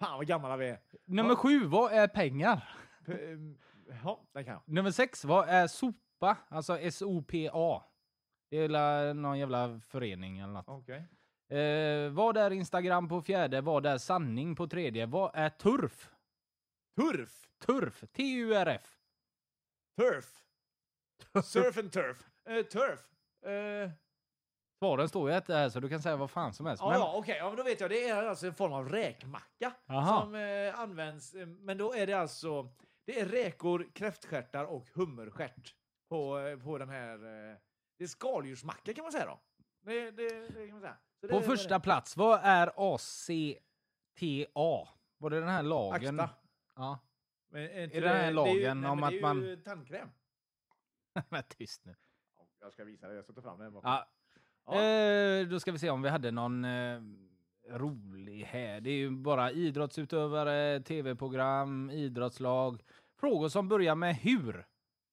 Speaker 3: Fan vad gamla vi är.
Speaker 4: Nummer sju, vad är pengar?
Speaker 3: P- ehm, Ja, den kan jag.
Speaker 4: Nummer sex, vad är sopa? Alltså S-O-P-A. Det är la- någon jävla förening eller något.
Speaker 3: Okej.
Speaker 4: Eh, vad är Instagram på fjärde? Vad är sanning på tredje? Vad är turf?
Speaker 3: Turf!
Speaker 4: Turf! T-U-R-F.
Speaker 3: Turf! Surf and turf! Eh, turf! Eh,
Speaker 4: Svaren står ju efter här så du kan säga vad fan som helst.
Speaker 3: ja,
Speaker 4: men-
Speaker 3: ja, okej. Ja, men då vet jag. Det är alltså en form av räkmacka
Speaker 4: Aha.
Speaker 3: som eh, används. eh, Men då är det alltså... Det är räkor, kräftstjärtar och hummerstjärt. på, eh, på den här... eh, Det är skaldjursmacka kan man säga då. Det, det, det kan man säga. Så det-
Speaker 4: På första plats, vad är ACTA? Var det den här lagen?
Speaker 3: Akta.
Speaker 4: Ja.
Speaker 3: Men är inte
Speaker 4: Är det den här
Speaker 3: ju-
Speaker 4: lagen
Speaker 3: nej, men
Speaker 4: om
Speaker 3: det
Speaker 4: att
Speaker 3: är ju
Speaker 4: man-
Speaker 3: tandkräm.
Speaker 4: Men tyst nu.
Speaker 3: Jag ska visa dig, jag ska ta fram den. bakom.
Speaker 4: Ja.
Speaker 3: Ja.
Speaker 4: Eh, då ska vi se om vi hade någon eh, rolig här. Det är ju bara idrottsutövare, tv-program, idrottslag. Frågor som börjar med hur.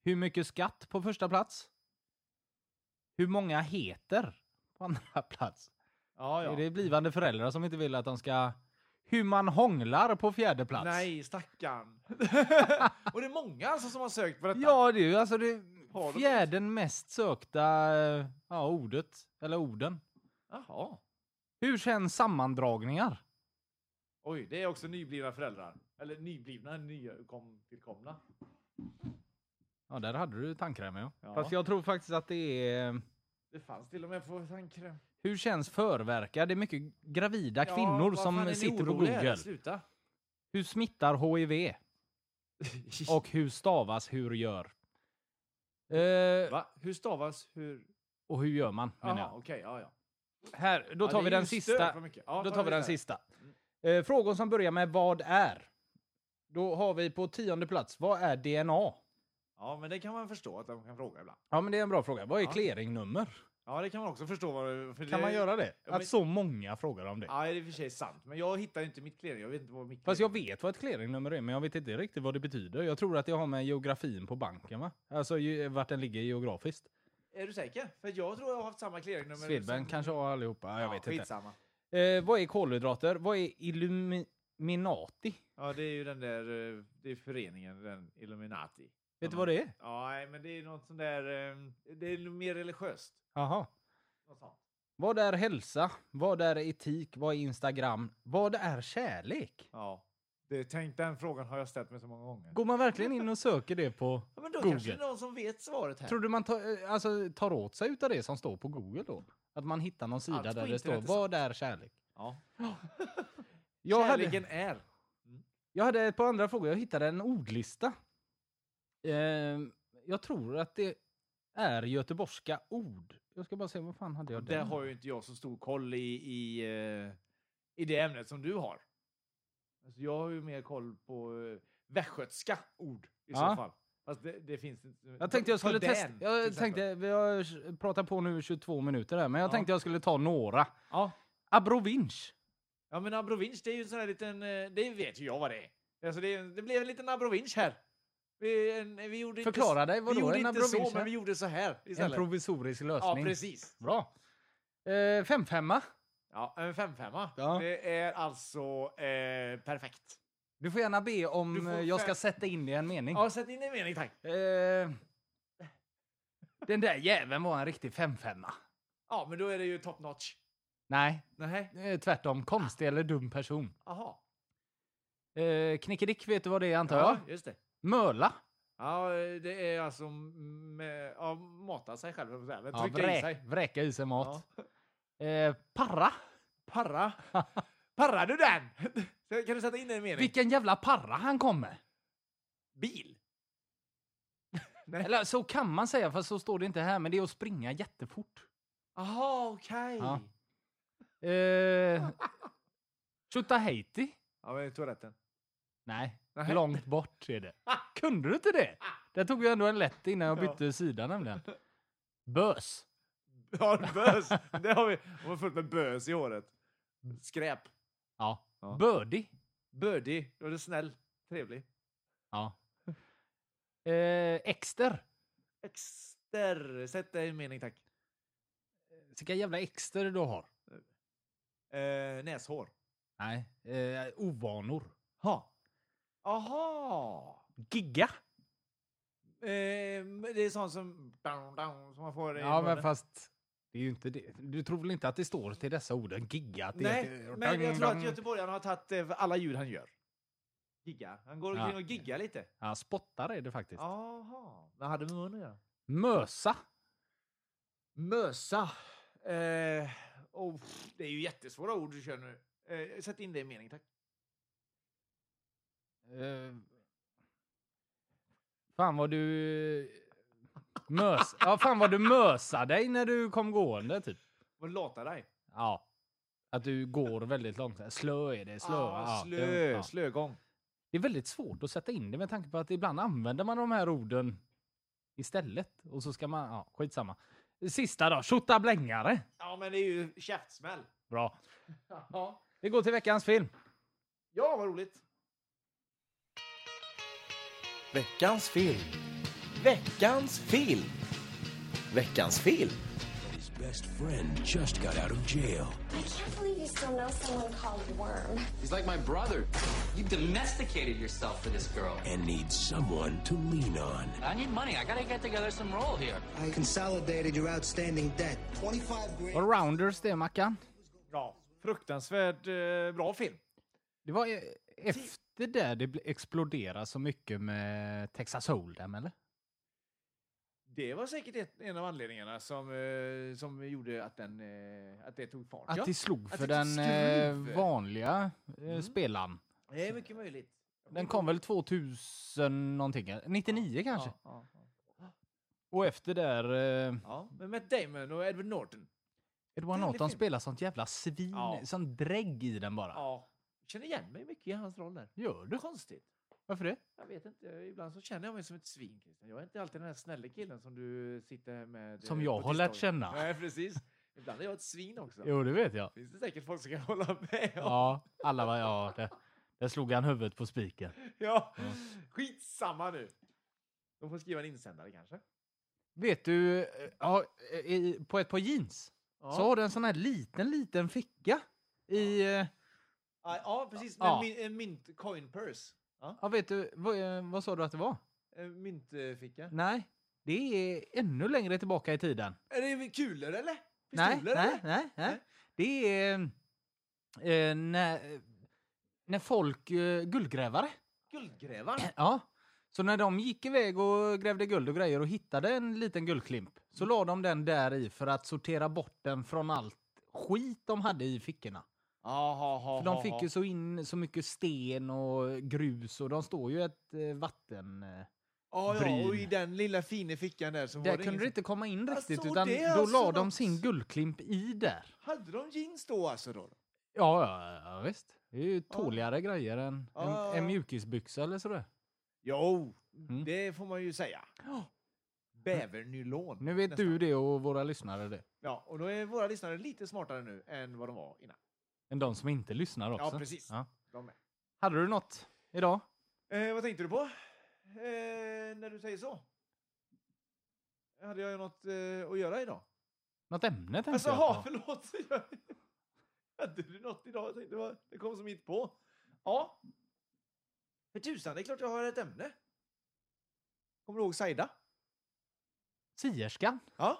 Speaker 4: Hur mycket skatt på första plats? Hur många heter på andra plats?
Speaker 3: Ja, ja.
Speaker 4: Är det blivande föräldrar som inte vill att de ska... Hur man hånglar på fjärde plats?
Speaker 3: Nej, stackarn. och det är många alltså som har sökt på detta.
Speaker 4: Ja, det är ju alltså det
Speaker 3: Har de-
Speaker 4: fjärden mest sökta eh, ja, ordet, eller orden.
Speaker 3: Jaha.
Speaker 4: Hur känns sammandragningar?
Speaker 3: Oj, det är också nyblivna föräldrar. Eller nyblivna, nytillkomna.
Speaker 4: Ja, där hade du tandkräm ja.
Speaker 3: Ja.
Speaker 4: Fast jag tror faktiskt att det är... eh,
Speaker 3: Det fanns till och med på tandkräm.
Speaker 4: Hur känns förverkar? Det är mycket gravida
Speaker 3: Ja,
Speaker 4: kvinnor
Speaker 3: vad fan är
Speaker 4: som
Speaker 3: ni
Speaker 4: sitter på
Speaker 3: oroliga?
Speaker 4: Google.
Speaker 3: Sluta.
Speaker 4: Hur smittar HIV? Och hur stavas hur gör? Eh,
Speaker 3: Va? Hur stavas hur?
Speaker 4: och hur gör man, menar
Speaker 3: Jaha,
Speaker 4: jag.
Speaker 3: okej. ja, ja.
Speaker 4: Här, då
Speaker 3: Ja,
Speaker 4: tar
Speaker 3: det
Speaker 4: vi
Speaker 3: är
Speaker 4: den
Speaker 3: ju stöd
Speaker 4: sista.
Speaker 3: för mycket. Ja,
Speaker 4: Då
Speaker 3: ta
Speaker 4: tar vi
Speaker 3: det
Speaker 4: den
Speaker 3: där.
Speaker 4: sista. Eh, frågor som börjar med vad är? Då har vi på tionde plats, vad är DNA?
Speaker 3: Ja, men det kan man förstå att de kan fråga ibland.
Speaker 4: Ja men det är en bra fråga. Vad är
Speaker 3: Ja.
Speaker 4: clearingnummer?
Speaker 3: Ja, det kan man också förstå. Vad det, för
Speaker 4: Kan
Speaker 3: det,
Speaker 4: man göra det?
Speaker 3: Ja, men-
Speaker 4: Att så många frågar om det.
Speaker 3: Ja, det är i och för sig sant. Men jag hittar ju inte mitt klering. Jag vet inte vad mitt
Speaker 4: Fast jag
Speaker 3: klering-
Speaker 4: vet vad ett clearingnummer är men jag vet inte riktigt vad det betyder. Jag tror att det har med geografin på banken va? Alltså ju, vart den ligger geografiskt.
Speaker 3: Är du säker? För jag tror jag har haft samma kleringnummer.
Speaker 4: Swedbank
Speaker 3: som-
Speaker 4: kanske har allihopa. Ja, jag vet inte.
Speaker 3: skitsamma.
Speaker 4: Eh, vad är kolhydrater? Vad är Illuminati?
Speaker 3: Ja, det är ju den där eh, det är föreningen, den Illuminati.
Speaker 4: Vet du vad det är?
Speaker 3: Ja, nej, men det är något sånt där... eh, Det är mer religiöst.
Speaker 4: Jaha.
Speaker 3: Något sånt.
Speaker 4: Vad är hälsa? Vad är etik? Vad är Instagram? Vad är kärlek?
Speaker 3: Ja. Det, tänk, den frågan har jag ställt mig så många gånger.
Speaker 4: Går man verkligen in och söker det på
Speaker 3: Ja, men då
Speaker 4: Google.
Speaker 3: kanske det är någon som vet svaret här.
Speaker 4: Tror du man tar, eh, alltså, tar åt sig utav det som står på Google då? Att man hittar någon sida
Speaker 3: Allt på
Speaker 4: där det står
Speaker 3: internet är
Speaker 4: vad är kärlek?
Speaker 3: Ja.
Speaker 4: Jag hade,
Speaker 3: Kärleken är.
Speaker 4: jag hade ett par andra frågor. Jag hittade en ordlista. Eh, jag tror att det är göteborgska ord. Jag ska bara se, vad fan hade jag
Speaker 3: Där
Speaker 4: den?
Speaker 3: har ju inte jag så stor koll i, i, eh, i det ämnet som du har. Alltså, jag har ju mer koll på eh, västgötska ord i
Speaker 4: Ja.
Speaker 3: så fall. Fast det, det finns inte.
Speaker 4: Jag tänkte jag
Speaker 3: Ta
Speaker 4: skulle
Speaker 3: den,
Speaker 4: testa.
Speaker 3: till
Speaker 4: Jag
Speaker 3: exempel.
Speaker 4: tänkte, vi har pratat på nu 22 minuter här, men jag
Speaker 3: Ja.
Speaker 4: tänkte jag skulle ta några.
Speaker 3: Ja.
Speaker 4: Abrovinsch.
Speaker 3: ja, men abrovinsch, det är ju en sån här liten... eh, Det vet ju jag vad det är. Alltså, det, är- det blev en liten abrovinsch här. Vi, en, vi gjorde
Speaker 4: Förklara
Speaker 3: inte,
Speaker 4: dig,
Speaker 3: s-
Speaker 4: vadå
Speaker 3: Vi gjorde
Speaker 4: en
Speaker 3: inte så,
Speaker 4: abrovinsch här?
Speaker 3: men vi gjorde så här
Speaker 4: En
Speaker 3: istället.
Speaker 4: provisorisk
Speaker 3: ja,
Speaker 4: lösning.
Speaker 3: precis.
Speaker 4: Bra. Eh, femfemma.
Speaker 3: Ja, en 5-5.
Speaker 4: Ja.
Speaker 3: Det är alltså eh, perfekt.
Speaker 4: Du får gärna be om
Speaker 3: Du får
Speaker 4: eh, jag ska
Speaker 3: fem-
Speaker 4: sätta in det i en mening.
Speaker 3: Ja, sätt in en mening tack.
Speaker 4: Eh, den där jäveln var en riktig femfemma.
Speaker 3: Ja, men då är det ju top notch.
Speaker 4: Nej,
Speaker 3: Nej,
Speaker 4: eh, tvärtom. Konstig eller dum person.
Speaker 3: aha.
Speaker 4: Eh, knickedick vet du vad det är antar jag?
Speaker 3: Ja, just det.
Speaker 4: Möla.
Speaker 3: Ja, det är alltså med, ja, mata sig själv, höll jag på att säga. men
Speaker 4: Ja,
Speaker 3: trycka i sig.
Speaker 4: vrä, vräka i sig mat. Eh, parra.
Speaker 3: Parra. Parrar du den? Så Kan du sätta in den i en mening?
Speaker 4: Vilken jävla parra han kommer.
Speaker 3: Bil.
Speaker 4: Eller så kan man säga, för så står det inte här. Men det är att springa jättefort.
Speaker 3: Jaha, okej.
Speaker 4: Ja. Eh, Tjota Haiti.
Speaker 3: Ja, men toaletten.
Speaker 4: Nej,
Speaker 3: Nej.
Speaker 4: långt bort är det. Kunde du inte det? Där tog jag ändå en lätt innan jag bytte sida nämligen. Bös.
Speaker 3: Ja, bös. Det har vi. Det var fullt med bös i håret. Skräp.
Speaker 4: Ja.
Speaker 3: Ja.
Speaker 4: Bördig.
Speaker 3: Bödig. Då är du snäll. Trevlig.
Speaker 4: Ja. Eh, exter.
Speaker 3: Exter. Sätt dig i en mening, tack.
Speaker 4: Vilka jävla exter du har.
Speaker 3: Eh, näshår.
Speaker 4: Nej. Eh, ovanor.
Speaker 3: Ha. Aha.
Speaker 4: Gigga.
Speaker 3: Eh, men det är sånt som... Down, down, som man får i
Speaker 4: Ja, men
Speaker 3: munnen.
Speaker 4: fast det är ju inte det. Du tror väl inte att det står till dessa orden gigga? Att det
Speaker 3: Nej,
Speaker 4: heter-
Speaker 3: men jag tror att göteborgarna har tagit eh, alla ljud han gör. Gigga. Han går omkring
Speaker 4: Ja.
Speaker 3: och giggar lite.
Speaker 4: Ja, spottar är det faktiskt.
Speaker 3: Jaha. Vad hade med munnen att göra?
Speaker 4: Mösa.
Speaker 3: Mösa. Eh, oh, pff, det är ju jättesvåra ord du kör nu. Eh, sätt in det i mening, tack.
Speaker 4: Eh, fan vad du... Mös. Ja, fan vad du mösar dig när du kom gående, typ.
Speaker 3: Men låta dig.
Speaker 4: Ja. Att du går väldigt långsamt. Slö är det. Slö.
Speaker 3: Ah,
Speaker 4: ja,
Speaker 3: slö,
Speaker 4: det- ja.
Speaker 3: Slögång.
Speaker 4: Det är väldigt svårt att sätta in det med tanke på att ibland använder man de här orden istället. Och så ska man... Ja, skitsamma. Sista då. Tjota blängare.
Speaker 3: Ja, men det är ju käftsmäll.
Speaker 4: Bra. Vi går till veckans film.
Speaker 3: Ja, vad roligt.
Speaker 5: Veckans film. Veckans film. Veckans film.
Speaker 6: His best friend just got out of jail.
Speaker 7: I can't believe you still know someone called Worm.
Speaker 8: He's like my brother. You domesticated yourself for this girl.
Speaker 6: and needs someone to lean on.
Speaker 8: I need money. I gotta get together some roll here.
Speaker 9: I consolidated your outstanding debt. 25 grand.
Speaker 4: Och Rounders det, Mackan.
Speaker 3: Ja, fruktansvärt eh, bra film.
Speaker 4: Det var eh, efter det det bl- exploderade så mycket med Texas Hold'em, eller?
Speaker 3: Det var säkert ett, en av anledningarna som, eh, som gjorde att, den, eh, att det tog fart.
Speaker 4: Att
Speaker 3: ja.
Speaker 4: det slog
Speaker 3: att
Speaker 4: för
Speaker 3: det
Speaker 4: den eh,
Speaker 3: skruv. Mm.
Speaker 4: vanliga eh, spelaren.
Speaker 3: det är mycket möjligt.
Speaker 4: Den kom väl 2000 någonting, eh, 99 kanske?
Speaker 3: Ja, ja, ja.
Speaker 4: Och efter där... Eh,
Speaker 3: ja, men Matt Damon och Edward Norton.
Speaker 4: Edward
Speaker 3: Väldigt
Speaker 4: Norton
Speaker 3: fin.
Speaker 4: spelar sånt jävla svin,
Speaker 3: Ja.
Speaker 4: sån drägg i den bara.
Speaker 3: Ja, känner igen mig mycket i hans roll där.
Speaker 4: Gör
Speaker 3: Det är
Speaker 4: du?
Speaker 3: konstigt.
Speaker 4: Varför det?
Speaker 3: Jag vet inte, ibland så känner jag mig som ett svin, Christian. Jag är inte alltid den här snälla killen som du sitter här med.
Speaker 4: Som
Speaker 3: eh,
Speaker 4: jag
Speaker 3: på
Speaker 4: har lärt
Speaker 3: tisdagen.
Speaker 4: känna.
Speaker 3: Nej, precis. Ibland är jag ett svin också.
Speaker 4: Jo, det vet jag.
Speaker 3: Finns det säkert folk som kan hålla med om.
Speaker 4: Ja, alla var... Ja, det, där slog han huvudet på spiken.
Speaker 3: Ja. Skitsamma nu. De får skriva en insändare kanske.
Speaker 4: Vet du, eh, ja, i, på ett par jeans
Speaker 3: Ja.
Speaker 4: så har du en sån här liten, liten ficka i... eh,
Speaker 3: Ja, ja precis.
Speaker 4: Ja.
Speaker 3: Med en min- en mint coin purse. Ja.
Speaker 4: Ja, vet du, vad, eh, vad sa du att det var?
Speaker 3: En Myntficka.
Speaker 4: Nej, det är ännu längre tillbaka i tiden.
Speaker 3: Är det kulor eller?
Speaker 4: Nej,
Speaker 3: Pistoler
Speaker 4: nej,
Speaker 3: eller?
Speaker 4: nej, nej.
Speaker 3: Nej.
Speaker 4: Det är eh, när, när folk, eh, guldgrävare,
Speaker 3: Guldgrävaren?
Speaker 4: ja. Så när de gick iväg och grävde guld och grejer och hittade en liten guldklimp
Speaker 3: Mm.
Speaker 4: så la de den där i för att sortera bort den från allt skit de hade i fickorna.
Speaker 3: Aha, aha,
Speaker 4: För de fick ju så in så mycket sten och grus och de står ju i ett eh, vatten... eh,
Speaker 3: ah, ja, och
Speaker 4: bryn.
Speaker 3: i den lilla fina fickan där så var
Speaker 4: Där
Speaker 3: det
Speaker 4: kunde det
Speaker 3: ingen...
Speaker 4: inte komma in
Speaker 3: Alltså,
Speaker 4: riktigt
Speaker 3: och
Speaker 4: utan
Speaker 3: det
Speaker 4: då
Speaker 3: är alltså
Speaker 4: la de
Speaker 3: något-
Speaker 4: sin guldklimp i där.
Speaker 3: Hade de jeans då alltså? Då?
Speaker 4: Ja, ja, ja visst. Det är ju tåligare grejer än
Speaker 3: Ja,
Speaker 4: en,
Speaker 3: ja, ja.
Speaker 4: en mjukisbyxa eller sådär.
Speaker 3: Jo,
Speaker 4: Mm.
Speaker 3: oh, det får man ju säga. Bävernylon.
Speaker 4: Nu vet
Speaker 3: nästan.
Speaker 4: du det och våra lyssnare det.
Speaker 3: Ja, och då är våra lyssnare lite smartare nu än vad de var innan.
Speaker 4: Än de som inte lyssnar också.
Speaker 3: Ja, precis.
Speaker 4: Ja.
Speaker 3: De med.
Speaker 4: Hade du något idag?
Speaker 3: Eh, vad tänkte du på? Eh, när du säger så? Hade jag något eh, att göra idag?
Speaker 4: Något ämne tänkte
Speaker 3: Alltså, ha,
Speaker 4: jag på.
Speaker 3: förlåt. Jag- Hade du något idag? Jag tänkte, det var- Det kom som inte på. Ja. För tusan, det är klart jag har ett ämne. Kommer du ihåg Saida?
Speaker 4: Sierskan?
Speaker 3: Ja.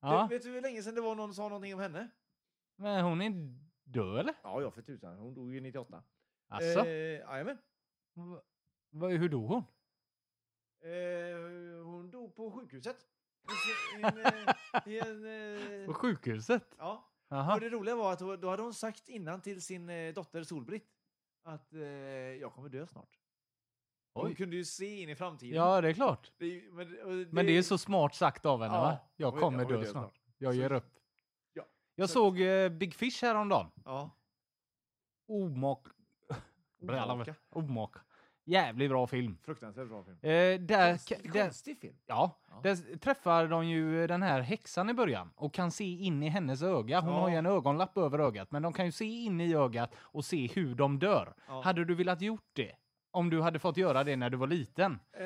Speaker 4: Ja.
Speaker 3: Du, vet du hur länge sedan det var någon som sa någonting om henne?
Speaker 4: Men hon är död eller?
Speaker 3: Ja, ja för tusan. Hon dog ju 98.
Speaker 4: Alltså,
Speaker 3: Eh, jajamän.
Speaker 4: v- vad- hur dog hon?
Speaker 3: Eh, hon dog på sjukhuset. I en, eh, i en, eh,
Speaker 4: På sjukhuset?
Speaker 3: ja.
Speaker 4: Jaha.
Speaker 3: Och det roliga var att då då hade hon sagt innan till sin eh, dotter Solbritt att eh, jag kommer dö snart. Hon
Speaker 4: Oj.
Speaker 3: kunde ju se in i framtiden.
Speaker 4: Ja, det är klart.
Speaker 3: Det, är ju- men, och det,
Speaker 4: Men det är ju så smart sagt av henne
Speaker 3: Ja,
Speaker 4: va?
Speaker 3: hon
Speaker 4: Jag
Speaker 3: vet-
Speaker 4: kommer
Speaker 3: hon vet
Speaker 4: dö
Speaker 3: det
Speaker 4: snart.
Speaker 3: snart.
Speaker 4: Jag
Speaker 3: Så-
Speaker 4: ger upp.
Speaker 3: Ja,
Speaker 4: Jag
Speaker 3: så-
Speaker 4: såg eh, Big Fish häromdagen.
Speaker 3: Ja.
Speaker 4: Omak...
Speaker 3: Omaka.
Speaker 4: Omaka. Jävligt bra film.
Speaker 3: Fruktansvärt bra film.
Speaker 4: Eh, där,
Speaker 3: Konstig,
Speaker 4: där,
Speaker 3: konstig film.
Speaker 4: ja,
Speaker 3: Ja.
Speaker 4: där träffar de ju den här häxan i början och kan se in i hennes öga. Hon
Speaker 3: Ja.
Speaker 4: har ju en ögonlapp över ögat, men de kan ju se in i ögat och se hur de dör.
Speaker 3: Ja.
Speaker 4: Hade du velat gjort det? Om du hade fått göra det när du var liten?
Speaker 3: Eh,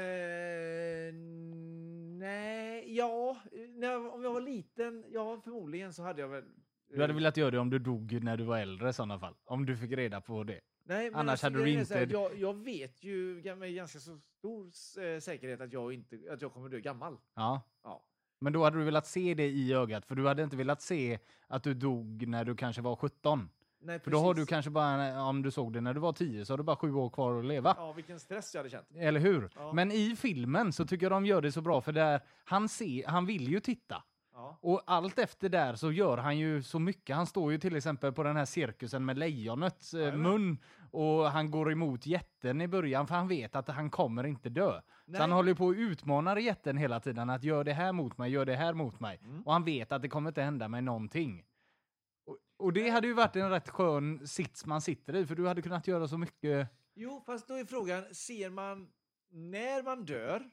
Speaker 3: nej, ja. När, jag- om jag var liten, ja förmodligen så hade jag väl...
Speaker 4: Du
Speaker 3: Eh.
Speaker 4: hade velat göra det om du dog när du var äldre i sådana fall. Om du fick reda på det.
Speaker 3: Nej, men
Speaker 4: Annars
Speaker 3: alltså,
Speaker 4: hade du
Speaker 3: grejen är så här,
Speaker 4: inte-
Speaker 3: Jag, jag vet ju gam- med ganska så stor eh, säkerhet att jag, inte, att jag kommer dö gammal.
Speaker 4: Ja.
Speaker 3: Ja.
Speaker 4: Men då hade du velat se det i ögat, för du hade inte velat se att du dog när du kanske var 17.
Speaker 3: Nej,
Speaker 4: För då har du
Speaker 3: precis.
Speaker 4: kanske bara, om du såg det när du var 10, så har du bara sju år kvar att leva.
Speaker 3: Ja, vilken stress jag hade känt.
Speaker 4: Eller hur?
Speaker 3: Ja.
Speaker 4: Men i filmen så tycker jag de gör det så bra, för där, han, ser, han vill ju titta.
Speaker 3: Ja.
Speaker 4: Och allt efter där så gör han ju så mycket. Han står ju till exempel på den här cirkusen med lejonets eh, mun och han går emot jätten i början för han vet att han kommer inte dö. Så han håller ju på och utmanar jätten hela tiden att gör det här mot mig, gör det här mot mig. Och han vet att det kommer inte hända mig någonting. Och, och det hade ju varit en rätt skön sits man sitter i för du hade kunnat göra så mycket.
Speaker 3: Jo, fast då är frågan, ser man när man dör?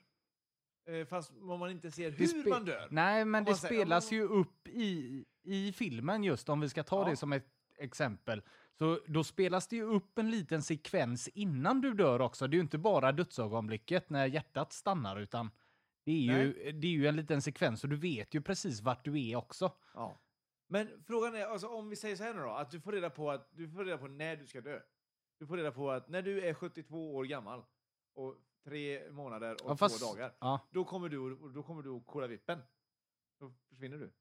Speaker 3: Eh, Fast om man inte ser
Speaker 4: Det
Speaker 3: hur
Speaker 4: spe-
Speaker 3: man dör?
Speaker 4: Nej, men
Speaker 3: Om
Speaker 4: det
Speaker 3: man säger- om
Speaker 4: spelas
Speaker 3: man-
Speaker 4: ju upp i, i filmen just, om vi ska ta
Speaker 3: Ja.
Speaker 4: det som ett exempel. Så då spelas det ju upp en liten sekvens innan du dör också. Det är ju inte bara dödsögonblicket när hjärtat stannar, utan det är, ju, det är ju en liten sekvens och du vet ju precis vart du är också.
Speaker 3: Ja. Men frågan är, alltså, om vi säger så här nu då, att du får reda på att du får reda på när du ska dö. Du får reda på att när du är 72 år gammal och tre månader och
Speaker 4: Ja, fast-
Speaker 3: två dagar,
Speaker 4: Ja.
Speaker 3: då kommer du, då kommer du att kolla vippen. Då försvinner du.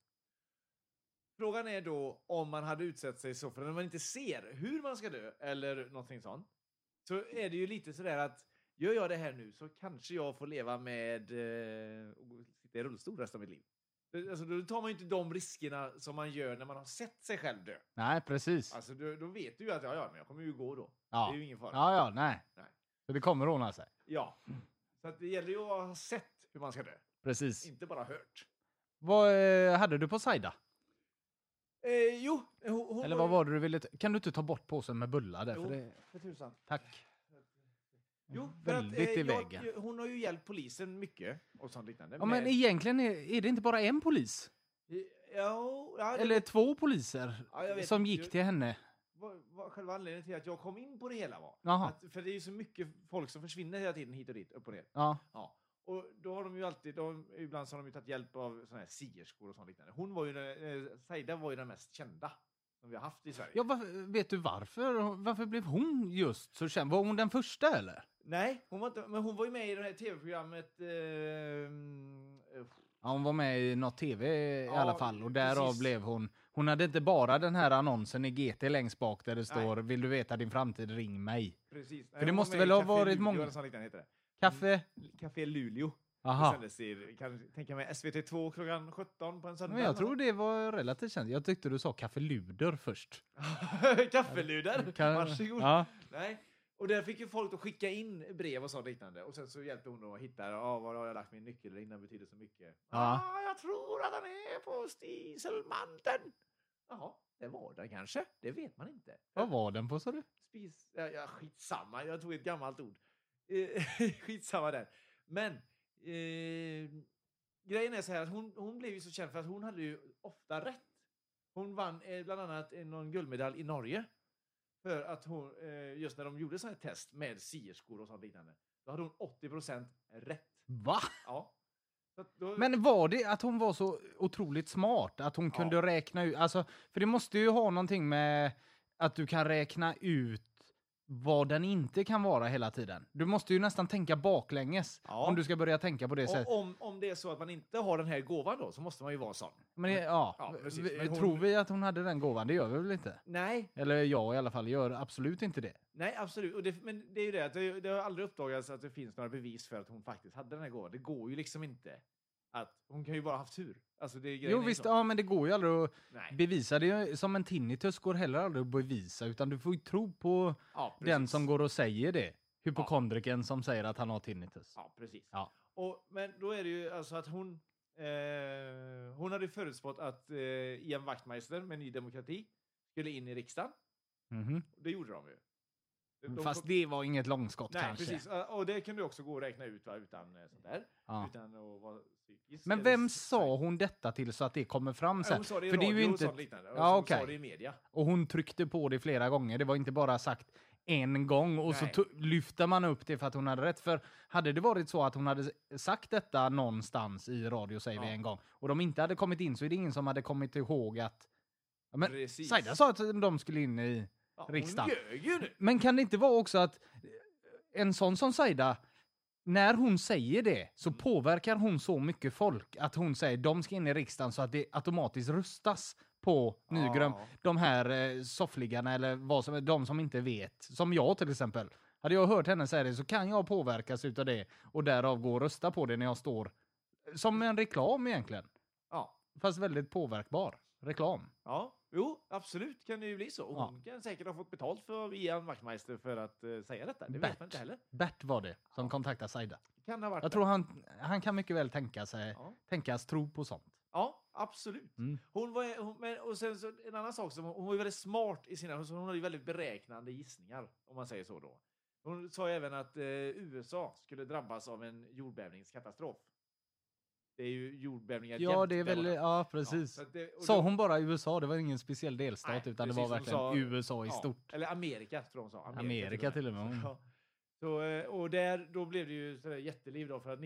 Speaker 3: Frågan är då om man hade utsett sig så, för när man inte ser hur man ska dö eller någonting sånt, så är det ju lite sådär att gör jag det här nu så kanske jag får leva med eh, och gå- sitta i rullstol resten av mitt liv. Det- Alltså, då tar man ju inte de riskerna som man gör när man har sett sig själv dö.
Speaker 4: Nej, precis.
Speaker 3: Alltså, då, då vet du ju att ja, ja, men jag kommer ju gå då.
Speaker 4: Ja.
Speaker 3: Det är ju ingen fara.
Speaker 4: Ja, ja, nej.
Speaker 3: Nej.
Speaker 4: Så det kommer ordna sig.
Speaker 3: Ja. Så att det gäller ju att ha sett hur man ska dö,
Speaker 4: Precis.
Speaker 3: inte bara hört.
Speaker 4: Vad eh, hade du på Saida?
Speaker 3: Eh, jo, hon, hon
Speaker 4: Eller
Speaker 3: var
Speaker 4: vad var det du ville... t- Kan du inte ta bort påsen med bullar där?
Speaker 3: Jo,
Speaker 4: För det...
Speaker 3: för tusan.
Speaker 4: Tack.
Speaker 3: Jo, för att,
Speaker 4: Väldigt
Speaker 3: eh,
Speaker 4: i
Speaker 3: jag,
Speaker 4: vägen.
Speaker 3: ju- hon har ju hjälpt polisen mycket och sånt liknande.
Speaker 4: Ja, men egentligen är, är det inte bara en polis?
Speaker 3: ja, ja, det,
Speaker 4: Eller två poliser
Speaker 3: Ja, jag vet
Speaker 4: som
Speaker 3: inte.
Speaker 4: gick till henne.
Speaker 3: var, var själva anledningen till att jag kom in på det hela var.
Speaker 4: Jaha.
Speaker 3: Att, för det är ju så mycket folk som försvinner hela tiden hit och dit, upp och ner.
Speaker 4: Ja,
Speaker 3: Ja. Och då har de ju alltid, de, ibland så har de ju tagit hjälp av såna här sierskor och sånt liknande. Hon var ju, den, eh, Saida var ju den mest kända som vi har haft i Sverige.
Speaker 4: ja varför, vet du varför? Varför blev hon just så känd? Var hon den första eller?
Speaker 3: Nej, hon var inte, men hon var ju med i det här tv-programmet eh, mm, eh,
Speaker 4: Ja, hon var med i något tv i
Speaker 3: Ja,
Speaker 4: alla fall och därav
Speaker 3: precis.
Speaker 4: blev hon... Hon hade inte bara den här annonsen i GT längst bak där det står “Vill du veta din framtid, ring mig”.
Speaker 3: Precis.
Speaker 4: det måste väl ha varit många-
Speaker 3: många...
Speaker 4: Kaffe?
Speaker 3: Café Luleå.
Speaker 4: Aha.
Speaker 3: Mm. Det sändes i, kan tänka mig, SVT2 klockan 17 på en söndag.
Speaker 4: Men jag tror det var relativt känt. Jag tyckte du sa kaffeluder först.
Speaker 3: Kaffeluder!
Speaker 4: Kan-
Speaker 3: Varsågod.
Speaker 4: Ja.
Speaker 3: Nej. Och där fick ju folk att skicka in brev och sånt liknande. Och sen så hjälpte hon dem att hitta, ja, var har jag lagt min nyckel? Innan betyder så mycket.
Speaker 4: Ja.
Speaker 3: Ah, jag tror att den är på Stiselmanten. Jaha, det var den kanske. Det vet man inte.
Speaker 4: Vad var den på sa du?
Speaker 3: Spis... Ja, ja, skitsamma, jag tog ett gammalt ord. Eh, skitsamma där. Men eh, grejen är så här att hon, hon blev ju så känd för att hon hade ju ofta rätt. Hon vann eh, bland annat eh, någon guldmedalj i Norge. För att hon, eh, just när de gjorde sådana här test med sierskor och sånt liknande. Då hade hon 80% rätt.
Speaker 4: Va?
Speaker 3: Ja. Så att då,
Speaker 4: Men var det att hon var så otroligt smart? Att hon kunde räkna ut? Alltså, för det måste ju ha någonting med att du kan räkna ut vad den inte kan vara hela tiden. Du måste ju nästan tänka baklänges
Speaker 3: Ja.
Speaker 4: om du ska börja tänka på det sättet.
Speaker 3: och om, om det är så att man inte har den här gåvan då så måste man ju vara sån.
Speaker 4: Men det- ja,
Speaker 3: Ja, precis.
Speaker 4: vi-
Speaker 3: Men hon-
Speaker 4: tror vi att hon hade den gåvan? Det gör vi väl inte?
Speaker 3: Nej,
Speaker 4: Eller jag i alla fall gör absolut inte det.
Speaker 3: Nej, absolut. Och det, men det är ju det att det, det har aldrig uppdagats att det finns några bevis för att hon faktiskt hade den här gåvan. Det går ju liksom inte. Att, hon kan ju bara haft tur. Alltså, det är grejen
Speaker 4: Jo
Speaker 3: är ju
Speaker 4: visst,
Speaker 3: så.
Speaker 4: ja men det går ju aldrig att
Speaker 3: Nej.
Speaker 4: bevisa. Det är ju, som en tinnitus går heller aldrig att bevisa utan du får ju tro på
Speaker 3: Ja,
Speaker 4: den
Speaker 3: precis.
Speaker 4: som går och säger det. Hypokondriken som säger att han har tinnitus.
Speaker 3: Ja, precis.
Speaker 4: Ja.
Speaker 3: Och, men då är det ju alltså att hon... Eh, hon hade ju förutspått att eh, Ian Wachtmeister med Ny Demokrati skulle in i riksdagen.
Speaker 4: Mhm.
Speaker 3: Det gjorde de ju. De- de
Speaker 4: Mm, Fast
Speaker 3: kom-
Speaker 4: det var inget långskott
Speaker 3: Nej,
Speaker 4: kanske.
Speaker 3: precis. Och och det kan du också gå och räkna ut va, utan eh, sånt där.
Speaker 4: Ja.
Speaker 3: Utan att vara psykisk.
Speaker 4: Men
Speaker 3: eller
Speaker 4: vem
Speaker 3: s-
Speaker 4: sa hon detta till så att det kommer fram
Speaker 3: Ja,
Speaker 4: sen?
Speaker 3: Hon sa det i
Speaker 4: För det är
Speaker 3: radio
Speaker 4: ju
Speaker 3: och sånt
Speaker 4: inte...
Speaker 3: liknande. Och
Speaker 4: Ja,
Speaker 3: hon
Speaker 4: okej.
Speaker 3: sa det i media.
Speaker 4: Och hon tryckte på det flera gånger. Det var inte bara sagt en gång och så
Speaker 3: Nej.
Speaker 4: to- lyfter man upp det för att hon hade rätt. För hade det varit så att hon hade sagt detta någonstans i radio, säger vi
Speaker 3: Ja.
Speaker 4: en gång, och de inte hade kommit in så är det ingen som hade kommit ihåg att... Ja, Men
Speaker 3: Precis.
Speaker 4: Saida sa att de skulle in i...
Speaker 3: Ja,
Speaker 4: riksdagen.
Speaker 3: Hon ljög ju nu.
Speaker 4: Men kan det inte vara också att eh, en sån som Saida, när hon säger det så påverkar hon så mycket folk att hon säger de ska in i riksdagen så att det automatiskt röstas på Nygren. De här eh, soffliggarna eller vad som, de som inte vet, som jag till exempel. Hade jag hört henne säga det så kan jag påverkas utav det och därav gå och rösta på det när jag står som en eh, reklam egentligen.
Speaker 3: Ja.
Speaker 4: fast väldigt påverkbar reklam.
Speaker 3: Ja, jo, absolut kan det ju bli så. Och
Speaker 4: Ja.
Speaker 3: Hon kan säkert ha fått betalt för Ian Wachtmeister för att eh, säga detta. Det vet man inte heller.
Speaker 4: Bert var det som kontaktade Saida.
Speaker 3: Kan ha varit
Speaker 4: Jag
Speaker 3: det.
Speaker 4: tror han, han kan mycket väl tänka sig,
Speaker 3: Ja.
Speaker 4: tänkas tro på sånt.
Speaker 3: Ja, absolut.
Speaker 4: Mm.
Speaker 3: Hon var, hon, men, och sen så, en annan sak, som, hon hon var ju väldigt smart i sina... så Hon hade ju väldigt beräknande gissningar, om man säger så då. Hon sa ju även att eh, USA skulle drabbas av en jordbävningskatastrof. Det är ju jordbävningar
Speaker 4: Ja,
Speaker 3: jämt
Speaker 4: det är
Speaker 3: där
Speaker 4: väl,
Speaker 3: borta.
Speaker 4: ja precis.
Speaker 3: så att det- och
Speaker 4: Sa
Speaker 3: då-
Speaker 4: hon bara USA, det var ingen speciell delstat
Speaker 3: Nej,
Speaker 4: utan det
Speaker 3: precis
Speaker 4: var
Speaker 3: som
Speaker 4: verkligen
Speaker 3: sa-
Speaker 4: USA i
Speaker 3: ja,
Speaker 4: stort.
Speaker 3: Eller Amerika, tror de sa.
Speaker 4: Amerika till och med. mm.
Speaker 3: Ja. Så, eh, och där, då blev det ju sådär jätteliv då, för att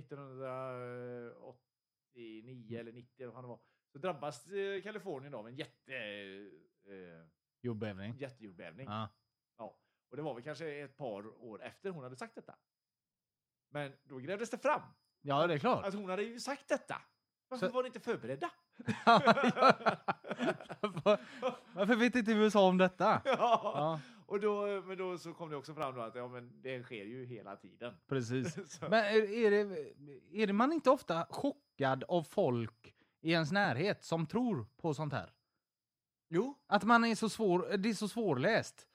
Speaker 3: 1989 eller 90 eller vad det var, så drabbas eh, Kalifornien av en jätte, eh,
Speaker 4: Jordbävning.
Speaker 3: jättejordbävning.
Speaker 4: Ja.
Speaker 3: Ja. Och det var väl kanske ett par år efter hon hade sagt detta. Men då grävdes det fram
Speaker 4: ja, det är klart.
Speaker 3: att hon hade ju sagt detta. Varför
Speaker 4: Så-
Speaker 3: var ni inte förberedda?
Speaker 4: Varför vet inte USA om detta? Ja,
Speaker 3: Och då, men då så kom det också fram då att ja, men det sker ju hela tiden.
Speaker 4: precis.
Speaker 3: Så-
Speaker 4: Men är, är, det, är det man inte ofta chockad av folk i ens närhet som tror på sånt här?
Speaker 3: Jo,
Speaker 4: Att man är så svår, det är så svårläst.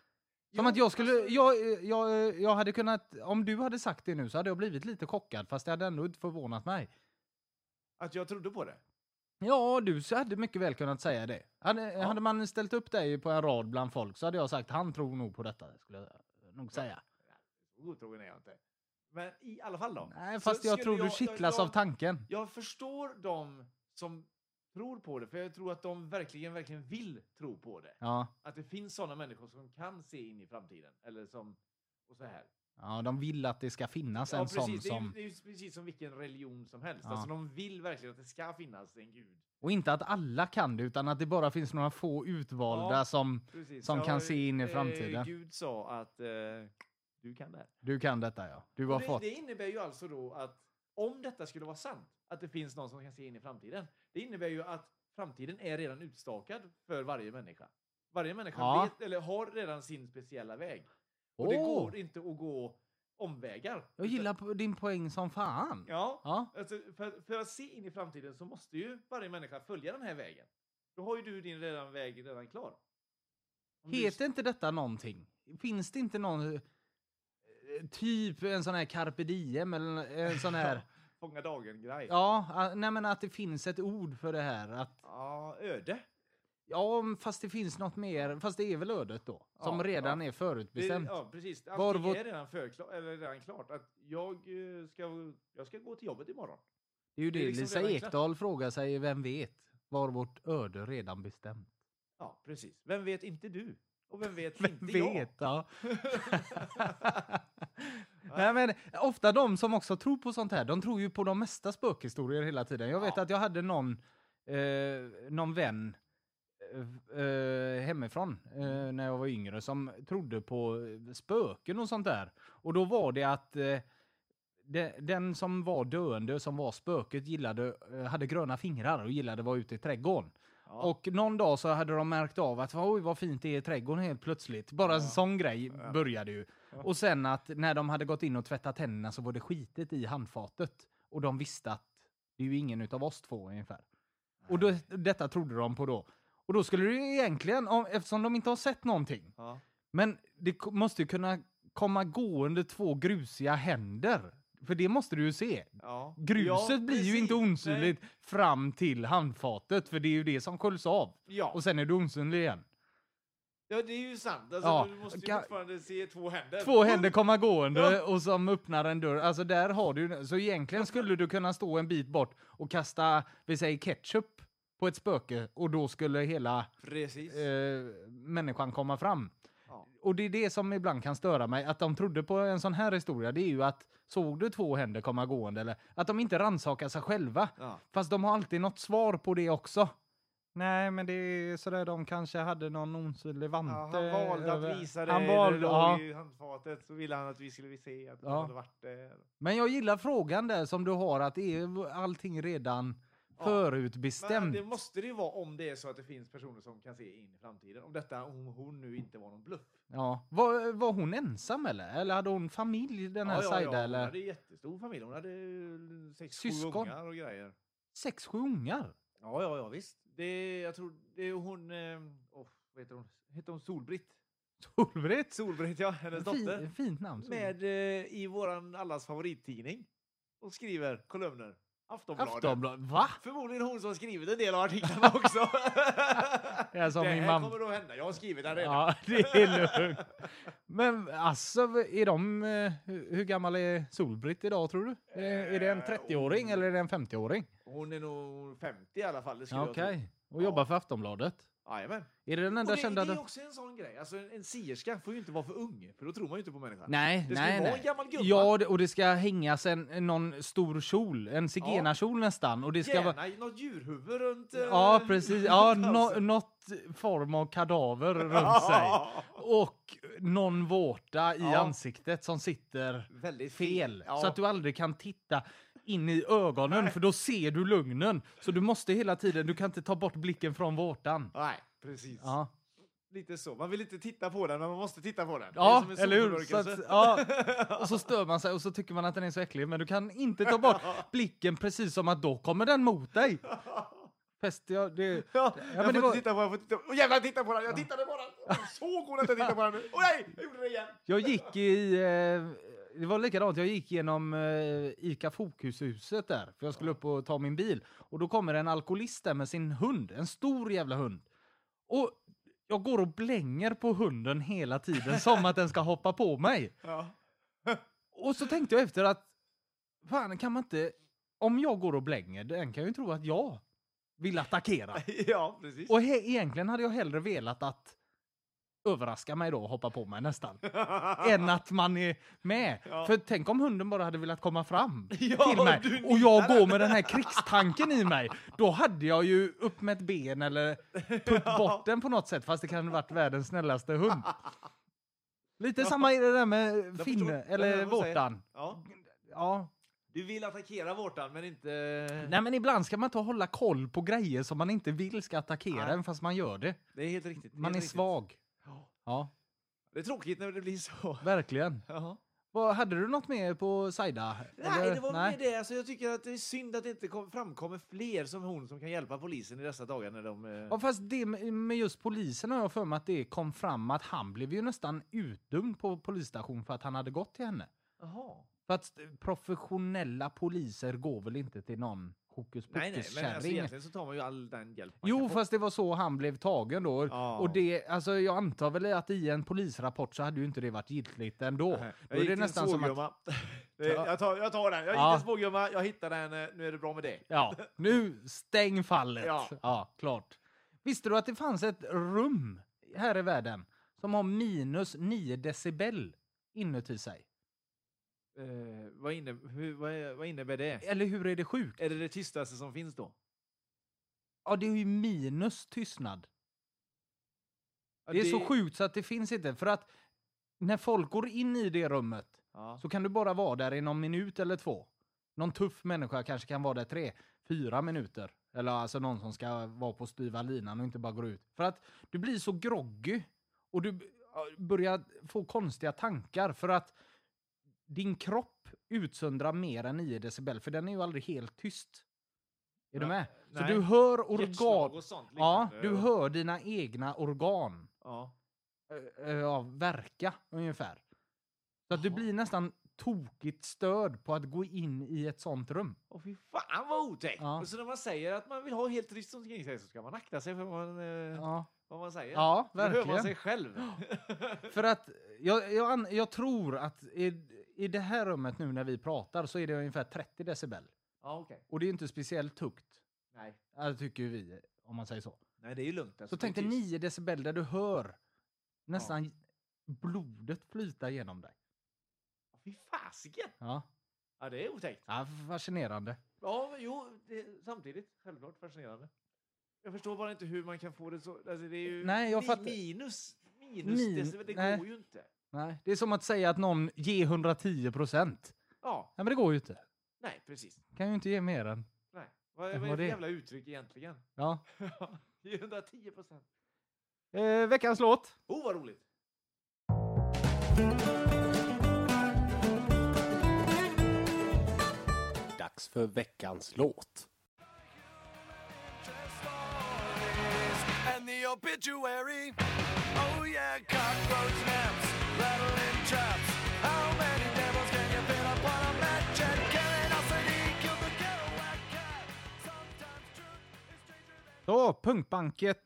Speaker 4: Som
Speaker 3: Jo,
Speaker 4: att jag skulle,
Speaker 3: alltså-
Speaker 4: jag, eh, jag, jag hade kunnat, om du hade sagt det nu så hade jag blivit lite chockad fast det hade ändå inte förvånat mig.
Speaker 3: Att jag trodde på det?
Speaker 4: Ja, du så hade mycket väl kunnat säga det. Hade, hade man ställt upp dig på en rad bland folk så hade jag sagt han tror nog på detta, skulle jag eh, nog säga.
Speaker 3: Så Otrogen är jag inte. Men i alla fall då.
Speaker 4: Nej,
Speaker 3: så
Speaker 4: fast jag
Speaker 3: skulle
Speaker 4: tror du kittlas
Speaker 3: jag,
Speaker 4: av tanken.
Speaker 3: Jag förstår de som tror på det, för jag tror att de verkligen, verkligen vill tro på det.
Speaker 4: Ja,
Speaker 3: Att det finns sådana människor som kan se in i framtiden. Eller som... Och så här.
Speaker 4: ja, de vill att det ska finnas en sån
Speaker 3: Det, är, ju-
Speaker 4: som...
Speaker 3: det är ju precis som vilken religion som helst.
Speaker 4: Ja.
Speaker 3: Alltså, de vill verkligen att det ska finnas en gud.
Speaker 4: Och inte att alla kan det utan att det bara finns några få utvalda
Speaker 3: Ja.
Speaker 4: som
Speaker 3: Precis.
Speaker 4: Som
Speaker 3: Ja,
Speaker 4: kan se in i
Speaker 3: eh,
Speaker 4: framtiden.
Speaker 3: Gud sa att eh, du kan det här.
Speaker 4: du kan detta ja. Du har
Speaker 3: Och det,
Speaker 4: fått.
Speaker 3: det innebär ju alltså då att om detta skulle vara sant, att det finns någon som kan se in i framtiden. Det innebär ju att framtiden är redan utstakad för varje människa. Varje människa
Speaker 4: Ja.
Speaker 3: vet, eller har redan sin speciella väg. Och det
Speaker 4: Åh!
Speaker 3: går inte att gå omvägar.
Speaker 4: Jag gillar po- din poäng som fan.
Speaker 3: Ja,
Speaker 4: Ja.
Speaker 3: Alltså, för, för att se in i framtiden så måste ju varje människa följa den här vägen. Då har ju du din redan väg redan klar. Om du-
Speaker 4: Heter inte detta någonting? Finns det inte någon... eh, Typ en sån här carpe diem eller en sån här...
Speaker 3: Fånga dagen-grej.
Speaker 4: Ja, ah, nej men att det finns ett ord för det här. Att,
Speaker 3: ja, öde.
Speaker 4: ja, fast det finns något mer. Fast det är väl ödet då? Som
Speaker 3: Ja,
Speaker 4: redan är
Speaker 3: Det,
Speaker 4: förutbestämt.
Speaker 3: ja, precis. Allting
Speaker 4: Var vår-
Speaker 3: är redan, förkla- eller redan klart. Att jag, eh, ska, jag ska gå till jobbet imorgon.
Speaker 4: Det är ju det,
Speaker 3: det är liksom
Speaker 4: Lisa
Speaker 3: redan klart.
Speaker 4: Ekdahl frågar sig, vem vet? Var vårt öde redan bestämt?
Speaker 3: Ja, precis. Vem vet inte du? Och vem vet
Speaker 4: Vem
Speaker 3: inte jag?
Speaker 4: vet? Ja. Nej, men ofta de som också tror på sånt här, de tror ju på de mesta spökhistorier hela tiden. Jag vet
Speaker 3: Ja.
Speaker 4: att jag hade någon, eh, någon vän eh, eh, hemifrån
Speaker 3: Mm.
Speaker 4: eh, när jag var yngre som trodde på eh, spöken och sånt där. Och då var det att eh, de, den som var döende, som var spöket, gillade, eh, hade gröna fingrar och gillade att vara ute i trädgården. Och någon dag så hade de märkt av att oj vad fint det är i trädgården helt plötsligt. Bara en sån grej började ju. Och sen att när de hade gått in och tvättat tänderna så var det skitet i handfatet. Och de visste att det är ju ingen utav oss två ungefär. Och då, detta trodde de på då. Och då skulle det ju egentligen, om, eftersom de inte har sett någonting,
Speaker 3: Ja.
Speaker 4: men det ko- måste ju kunna komma gående två grusiga händer. För det måste du ju se.
Speaker 3: Ja.
Speaker 4: Gruset
Speaker 3: Ja,
Speaker 4: blir ju inte
Speaker 3: precis.
Speaker 4: osynligt fram till handfatet, för det är ju det som sköljs av.
Speaker 3: Nej. Ja.
Speaker 4: Och sen är du osynlig igen.
Speaker 3: ja, det är ju sant. Alltså,
Speaker 4: Ja.
Speaker 3: Du måste ju
Speaker 4: Ga-
Speaker 3: fortfarande se två händer.
Speaker 4: Två händer komma gående och som öppnar en dörr. Alltså där har du Så egentligen skulle du kunna stå en bit bort och kasta, vi säger ketchup, på ett spöke och då skulle hela
Speaker 3: Precis.
Speaker 4: eh, människan komma fram.
Speaker 3: Ja.
Speaker 4: Och det är det som ibland kan störa mig, att de trodde på en sån här historia, det är ju att såg du två händer komma gående eller att de inte rannsakar sig själva.
Speaker 3: Ja.
Speaker 4: Fast de har alltid något svar på det också. Nej, men det är sådär de kanske hade någon osynlig vante.
Speaker 3: Ja, han valde
Speaker 4: över-
Speaker 3: att visa det.
Speaker 4: Han
Speaker 3: det
Speaker 4: valde,
Speaker 3: låg
Speaker 4: ja.
Speaker 3: i handfatet. Så ville han att vi skulle se att
Speaker 4: Ja.
Speaker 3: han hade varit där.
Speaker 4: Men jag gillar frågan där som du har, att är allting redan
Speaker 3: Men
Speaker 4: förutbestämt?
Speaker 3: det måste det ju vara om det är så att det finns personer som kan se in i framtiden. Om detta, om hon nu inte var någon bluff.
Speaker 4: Ja. Var, var hon ensam eller? Eller hade hon familj den här Saida?
Speaker 3: Hon
Speaker 4: eller?
Speaker 3: hade jättestor familj. Hon hade eh, sex, sju
Speaker 4: Syskon.
Speaker 3: ungar och grejer.
Speaker 4: Sex, sju ungar?
Speaker 3: Ja, ja, ja, visst. Det, jag tror det är hon... Eh, oh, vad heter hon? Heter hon Solbritt?
Speaker 4: Solbritt!
Speaker 3: Solbritt, ja. Hennes dotter.
Speaker 4: Fin, fint namn. Solbritt.
Speaker 3: Med eh, i våran allas favorittidning. Och skriver kolumner. Aftonbladet.
Speaker 4: Aftonbladet. Va?
Speaker 3: Förmodligen hon som har skrivit en del av artiklarna också.
Speaker 4: Det är som
Speaker 3: det
Speaker 4: min
Speaker 3: här
Speaker 4: mamma.
Speaker 3: kommer då hända. Jag har skrivit den redan.
Speaker 4: Ja, det är lugnt. Men alltså, är de... eh, Hur, hur gammal är Solbritt idag tror du? Är det, är det
Speaker 3: Eh,
Speaker 4: en 30-åring
Speaker 3: oh.
Speaker 4: eller är det en 50-åring?
Speaker 3: Hon är nog 50 i alla fall. Det skulle
Speaker 4: Okej.
Speaker 3: jag tro.
Speaker 4: Och jobbar för Aftonbladet.
Speaker 3: Jajamän.
Speaker 4: Är det den
Speaker 3: Och
Speaker 4: enda
Speaker 3: det,
Speaker 4: kända...
Speaker 3: det är också en sån grej. Alltså, en, en sierska får ju inte vara för ung, för då tror man ju inte på människan.
Speaker 4: Nej,
Speaker 3: det ska
Speaker 4: nej,
Speaker 3: ju
Speaker 4: nej.
Speaker 3: vara en gammal gumma.
Speaker 4: Ja, det- och det ska hängas en, någon stor kol. En zigenarkjol nästan. Och det ska vara...
Speaker 3: Gärna något djurhuvud runt... eh, alltså.
Speaker 4: Ja, precis. Ja,
Speaker 3: runt
Speaker 4: no,
Speaker 3: halsen.
Speaker 4: något form av kadaver runt sig. Och någon vårta i
Speaker 3: Ja.
Speaker 4: ansiktet som sitter
Speaker 3: Väldigt
Speaker 4: fel.
Speaker 3: Ja.
Speaker 4: Så att du aldrig kan titta in i ögonen, för då ser du lugnen. Så du måste hela tiden, du kan inte ta bort blicken från vårtan.
Speaker 3: Nej, precis.
Speaker 4: Ja,
Speaker 3: Lite så. Man vill inte titta på den, men man måste titta på den.
Speaker 4: ja
Speaker 3: Det är som en
Speaker 4: eller hur? Så
Speaker 3: solförmörkelse.
Speaker 4: att, ja. Och så stör man sig och så tycker man att den är så äcklig, men du kan inte ta bort blicken precis som att då kommer den mot dig. Fäst, jag, det,
Speaker 3: Ja,
Speaker 4: men
Speaker 3: jag
Speaker 4: det
Speaker 3: får
Speaker 4: var-
Speaker 3: inte titta på den, jag får inte titta på Åh, jävlar, jag tittade på den! Jag tittade på den! Jag såg hon att jag tittade på den nu? Åh nej! Jag gjorde det igen!
Speaker 4: Jag gick i... Eh, det var likadant, jag gick genom eh, Ica Fokushuset där, för jag skulle upp och ta min bil. Och då kommer en alkoholist där med sin hund, en stor jävla hund. Och jag går och blänger på hunden hela tiden, som att den ska hoppa på mig.
Speaker 3: Ja.
Speaker 4: Och så tänkte jag efter att, fan kan man inte... Om jag går och blänger, den kan ju tro att jag vill attackera.
Speaker 3: ja, precis.
Speaker 4: Och he- egentligen hade jag hellre velat att överraska mig då och hoppa på mig nästan. än att man är med. För tänk om hunden bara hade velat komma fram
Speaker 3: Ja,
Speaker 4: till mig
Speaker 3: du
Speaker 4: och jag går med den här krigstanken i mig. Då hade jag ju upp med ett ben eller putt bort den på något sätt fast det kan ha varit världens snällaste hund. Lite samma i det där med
Speaker 3: Jag förstår.
Speaker 4: finne
Speaker 3: Jag hör
Speaker 4: eller
Speaker 3: vad du säger.
Speaker 4: vårtan.
Speaker 3: Ja.
Speaker 4: Ja.
Speaker 3: Du vill attackera vårtan, men inte...
Speaker 4: Nej men ibland ska man inte hålla koll på grejer som man inte vill ska attackera
Speaker 3: Nej.
Speaker 4: en fast man gör det.
Speaker 3: Det är helt riktigt.
Speaker 4: Man
Speaker 3: helt
Speaker 4: är
Speaker 3: riktigt.
Speaker 4: svag.
Speaker 3: Ja.
Speaker 4: Ja,
Speaker 3: Det är tråkigt när det blir så.
Speaker 4: verkligen.
Speaker 3: Ja.
Speaker 4: Vad, hade du något mer på Saida?
Speaker 3: Nej,
Speaker 4: Eller-
Speaker 3: det var väl med det. Alltså, jag tycker att det är synd att det inte kom, framkommer fler som hon som kan hjälpa polisen i dessa dagar när de... eh,
Speaker 4: Ja, fast det med med just polisen har jag för mig att det kom fram att han blev ju nästan utdömd på polisstation för att han hade gått till henne.
Speaker 3: Jaha.
Speaker 4: För att professionella poliser går väl inte till någon hokus
Speaker 3: Nej, nej,
Speaker 4: pokus
Speaker 3: men alltså,
Speaker 4: kärring?
Speaker 3: egentligen så tar man ju all den hjälp man
Speaker 4: Jo,
Speaker 3: kan få.
Speaker 4: fast det var så han blev tagen då.
Speaker 3: Ja.
Speaker 4: Och det, alltså, jag antar väl att i en polisrapport så hade ju inte det varit giltigt ändå.
Speaker 3: Nej,
Speaker 4: Då är det
Speaker 3: gick till en
Speaker 4: nästan som att
Speaker 3: svårgumma. Det- jag, tar, jag tar den. Jag gick
Speaker 4: Ja.
Speaker 3: till en smågumma, jag hittade den, eh, nu är det bra med det.
Speaker 4: Ja, nu stäng fallet.
Speaker 3: Ja.
Speaker 4: Ja. klart. Visste du att det fanns ett rum här i världen som har minus 9 decibel inuti sig?
Speaker 3: Eh, vad, inne, hur, vad, är- vad innebär det?
Speaker 4: Eller hur är det sjukt?
Speaker 3: Är det det tystaste som finns då?
Speaker 4: Ja, det är ju minus tystnad.
Speaker 3: Ja,
Speaker 4: Det är så sjukt så att det finns inte. För att när folk går in i det rummet
Speaker 3: Ja.
Speaker 4: så kan du bara vara där i någon minut eller två. Någon tuff människa kanske kan vara där tre, fyra minuter. Eller alltså någon som ska vara på styva linan och inte bara gå ut. För att du blir så groggy och du b- börjar få konstiga tankar för att din kropp utsöndrar mer än 9 decibel för den är ju aldrig helt tyst. Är du med? Så
Speaker 3: nej.
Speaker 4: du hör
Speaker 3: Hjärtslag
Speaker 4: organ.
Speaker 3: och sånt.
Speaker 4: Ja,
Speaker 3: liknande.
Speaker 4: du hör dina egna organ
Speaker 3: Ja.
Speaker 4: eh, eh, ja, verka ungefär. Så att du blir nästan tokigt störd på att gå in i ett sånt rum.
Speaker 3: Åh fy fan vad otäckt!
Speaker 4: Ja.
Speaker 3: Och så när man säger att man vill ha helt tyst omkring sig så ska man akta sig för vad man, eh,
Speaker 4: Ja,
Speaker 3: vad man säger.
Speaker 4: ja
Speaker 3: Då hör man sig
Speaker 4: verkligen.
Speaker 3: själv.
Speaker 4: För att jag, jag, an- jag tror att i, i det här rummet nu när vi pratar så är det ungefär 30 decibel.
Speaker 3: ja, okej.
Speaker 4: Och det är ju inte speciellt tukt,
Speaker 3: Nej.
Speaker 4: alltså, tycker vi, om man säger så.
Speaker 3: Nej, det är ju lugnt.
Speaker 4: Så
Speaker 3: alltså.
Speaker 4: tänk
Speaker 3: Det är
Speaker 4: dig
Speaker 3: tyst.
Speaker 4: 9 decibel där du hör nästan blodet flyta genom dig.
Speaker 3: Fy fasiken!
Speaker 4: Ja,
Speaker 3: Ja, det är otäckt.
Speaker 4: ja fascinerande.
Speaker 3: Ja, men jo, det, samtidigt. Självklart fascinerande. Jag förstår bara inte hur man kan få det så. Alltså, det är ju
Speaker 4: Nej, jag
Speaker 3: mi-
Speaker 4: fattar-
Speaker 3: minus. Minus
Speaker 4: Min-
Speaker 3: decibel, det
Speaker 4: nej.
Speaker 3: går ju inte.
Speaker 4: Nej, det är som att säga att någon ger 110 procent.
Speaker 3: Ja,
Speaker 4: Nej, men det går ju inte.
Speaker 3: nej, precis.
Speaker 4: Kan ju inte ge mer än.
Speaker 3: Nej.
Speaker 4: Det
Speaker 3: Vad, vad är
Speaker 4: var
Speaker 3: det
Speaker 4: det.
Speaker 3: för jävla uttryck egentligen?
Speaker 4: Ja.
Speaker 3: 110 procent.
Speaker 4: Eh, veckans låt.
Speaker 3: Oh, vad roligt!
Speaker 5: Dags för veckans låt.
Speaker 2: Try
Speaker 10: obituary. Oh yeah, cockroach naps, rattling traps. How many devils can you fit upon a match? Curiosity killed the Kerouac cat. Sometimes truth is stranger than
Speaker 4: Så, punkbanket.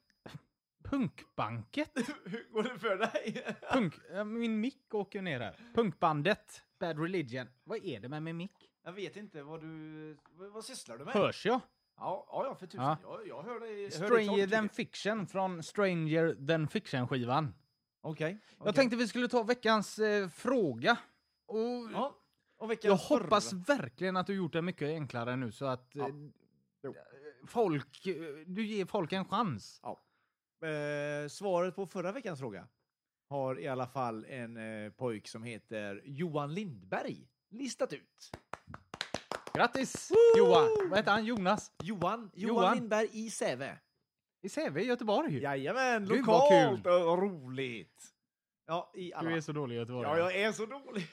Speaker 4: Punkbanket?
Speaker 3: Hur går det för dig?
Speaker 4: Punk... ja, Min mick åker ju ner här. Punkbandet. Bad Religion. Vad är det med min mick?
Speaker 3: Jag vet inte vad du... Vad, vad sysslar du med?
Speaker 4: Hörs jag?
Speaker 3: Ja, ja, ja, för tusan.
Speaker 4: Ja.
Speaker 3: Jag, jag hör dig. jag hör dig klart
Speaker 4: Stranger
Speaker 3: och
Speaker 4: than
Speaker 3: tydligt.
Speaker 4: fiction från Stranger than fiction-skivan.
Speaker 3: Okej.
Speaker 4: Jag tänkte vi skulle ta veckans eh, fråga. Och
Speaker 3: Ja. Och vilka
Speaker 4: jag
Speaker 3: förr-
Speaker 4: hoppas verkligen att du gjort det mycket enklare nu så att eh, folk, eh, du ger folk en chans.
Speaker 3: Eh, svaret på förra veckans fråga har i alla fall en eh, pojk som heter Johan Lindberg listat ut.
Speaker 4: Grattis Johan! Vad heter han? Jonas?
Speaker 3: Johan, Johan,
Speaker 4: Johan.
Speaker 3: Lindberg i Säve.
Speaker 4: I Säve i Göteborg.
Speaker 3: Jajamän,
Speaker 4: Gud, vad
Speaker 3: lokalt och roligt. Ja, i alla.
Speaker 4: Du är så dålig i Göteborg.
Speaker 3: ja, jag är så dålig.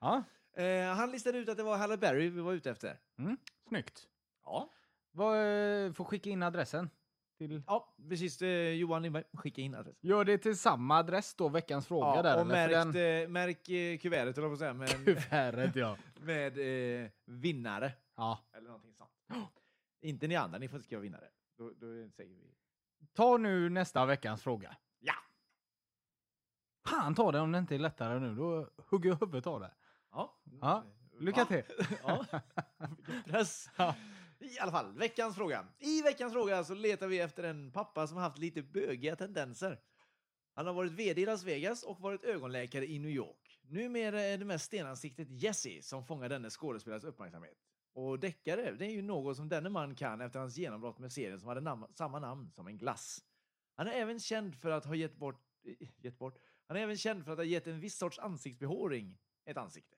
Speaker 4: Ja,
Speaker 3: Eh, han listade ut att det var Halle Berry vi var ute efter.
Speaker 4: Snyggt.
Speaker 3: Ja,
Speaker 4: Vad, eh, får skicka in adressen. Till...
Speaker 3: ja precis. Eh, Johan Lindberg, skicka in adressen.
Speaker 4: Gör det till samma adress då, veckans fråga
Speaker 3: Ja,
Speaker 4: där.
Speaker 3: och
Speaker 4: eller? För
Speaker 3: märkt, eh, märk eh, kuvertet, höll jag på att säga, men
Speaker 4: Kuvertet ja.
Speaker 3: med eh, vinnare.
Speaker 4: ja.
Speaker 3: Eller någonting sånt. Inte ni andra, ni får inte skriva vinnare. Då, då säger vi...
Speaker 4: Ta nu nästa veckans fråga.
Speaker 3: Ja!
Speaker 4: Fan ta den om det inte är lättare nu, då hugger jag huvudet av det.
Speaker 3: Ja.
Speaker 4: Ja, lycka till.
Speaker 3: ja. Vilken press. I alla fall, veckans fråga. I veckans fråga så letar vi efter en pappa som haft lite bögiga tendenser. Han har varit VD i Las Vegas och varit ögonläkare i New York. Numera är det mest stenansiktet Jesse som fångar denne skådespelares uppmärksamhet. Och deckare, det är ju något som denne man kan efter hans genombrott med serien som hade nam- samma namn som en glass. Han är även känd för att ha gett bort... eh, Gett bort? Han är även känd för att ha gett en viss sorts ansiktsbehåring ett ansikte.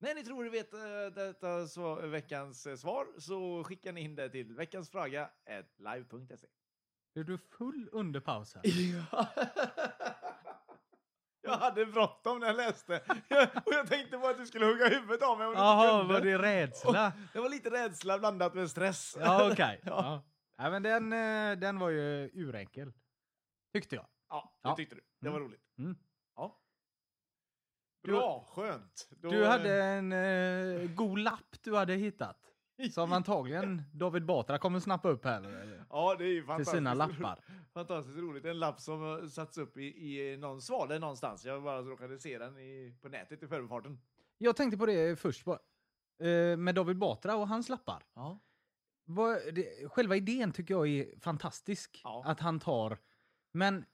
Speaker 3: När ni tror ni vet eh, detta så veckans eh, svar så skickar ni in det till veckansfraga live.se.
Speaker 4: Är du full under pausen?
Speaker 3: Jag hade bråttom när jag läste och jag tänkte bara att du skulle hugga huvudet av mig om du inte
Speaker 4: Jaha,
Speaker 3: kunde.
Speaker 4: var det rädsla?
Speaker 3: Det var lite rädsla blandat med stress.
Speaker 4: Ja, okej. ja. Ja, men den, eh, den var ju urenkel. Tyckte jag.
Speaker 3: Ja, det
Speaker 4: Ja.
Speaker 3: tyckte du. Det var roligt.
Speaker 4: Mm.
Speaker 3: Ja. Bra, skönt. Då,
Speaker 4: Du hade en eh, god lapp du hade hittat. Som antagligen David Batra kommer snappa upp här. Eller?
Speaker 3: Ja, det är ju
Speaker 4: Till
Speaker 3: fantastiskt.
Speaker 4: sina
Speaker 3: roligt.
Speaker 4: lappar.
Speaker 3: Fantastiskt roligt. En lapp som har satts upp i, i eh, någon svalde någonstans. Jag bara råkade se den i, på nätet i förbifarten.
Speaker 4: Jag tänkte på det först bara. Eh, med David Batra och hans lappar.
Speaker 3: Ja.
Speaker 4: Vad, det, själva idén tycker jag är fantastisk.
Speaker 3: Ja.
Speaker 4: Att han tar... Men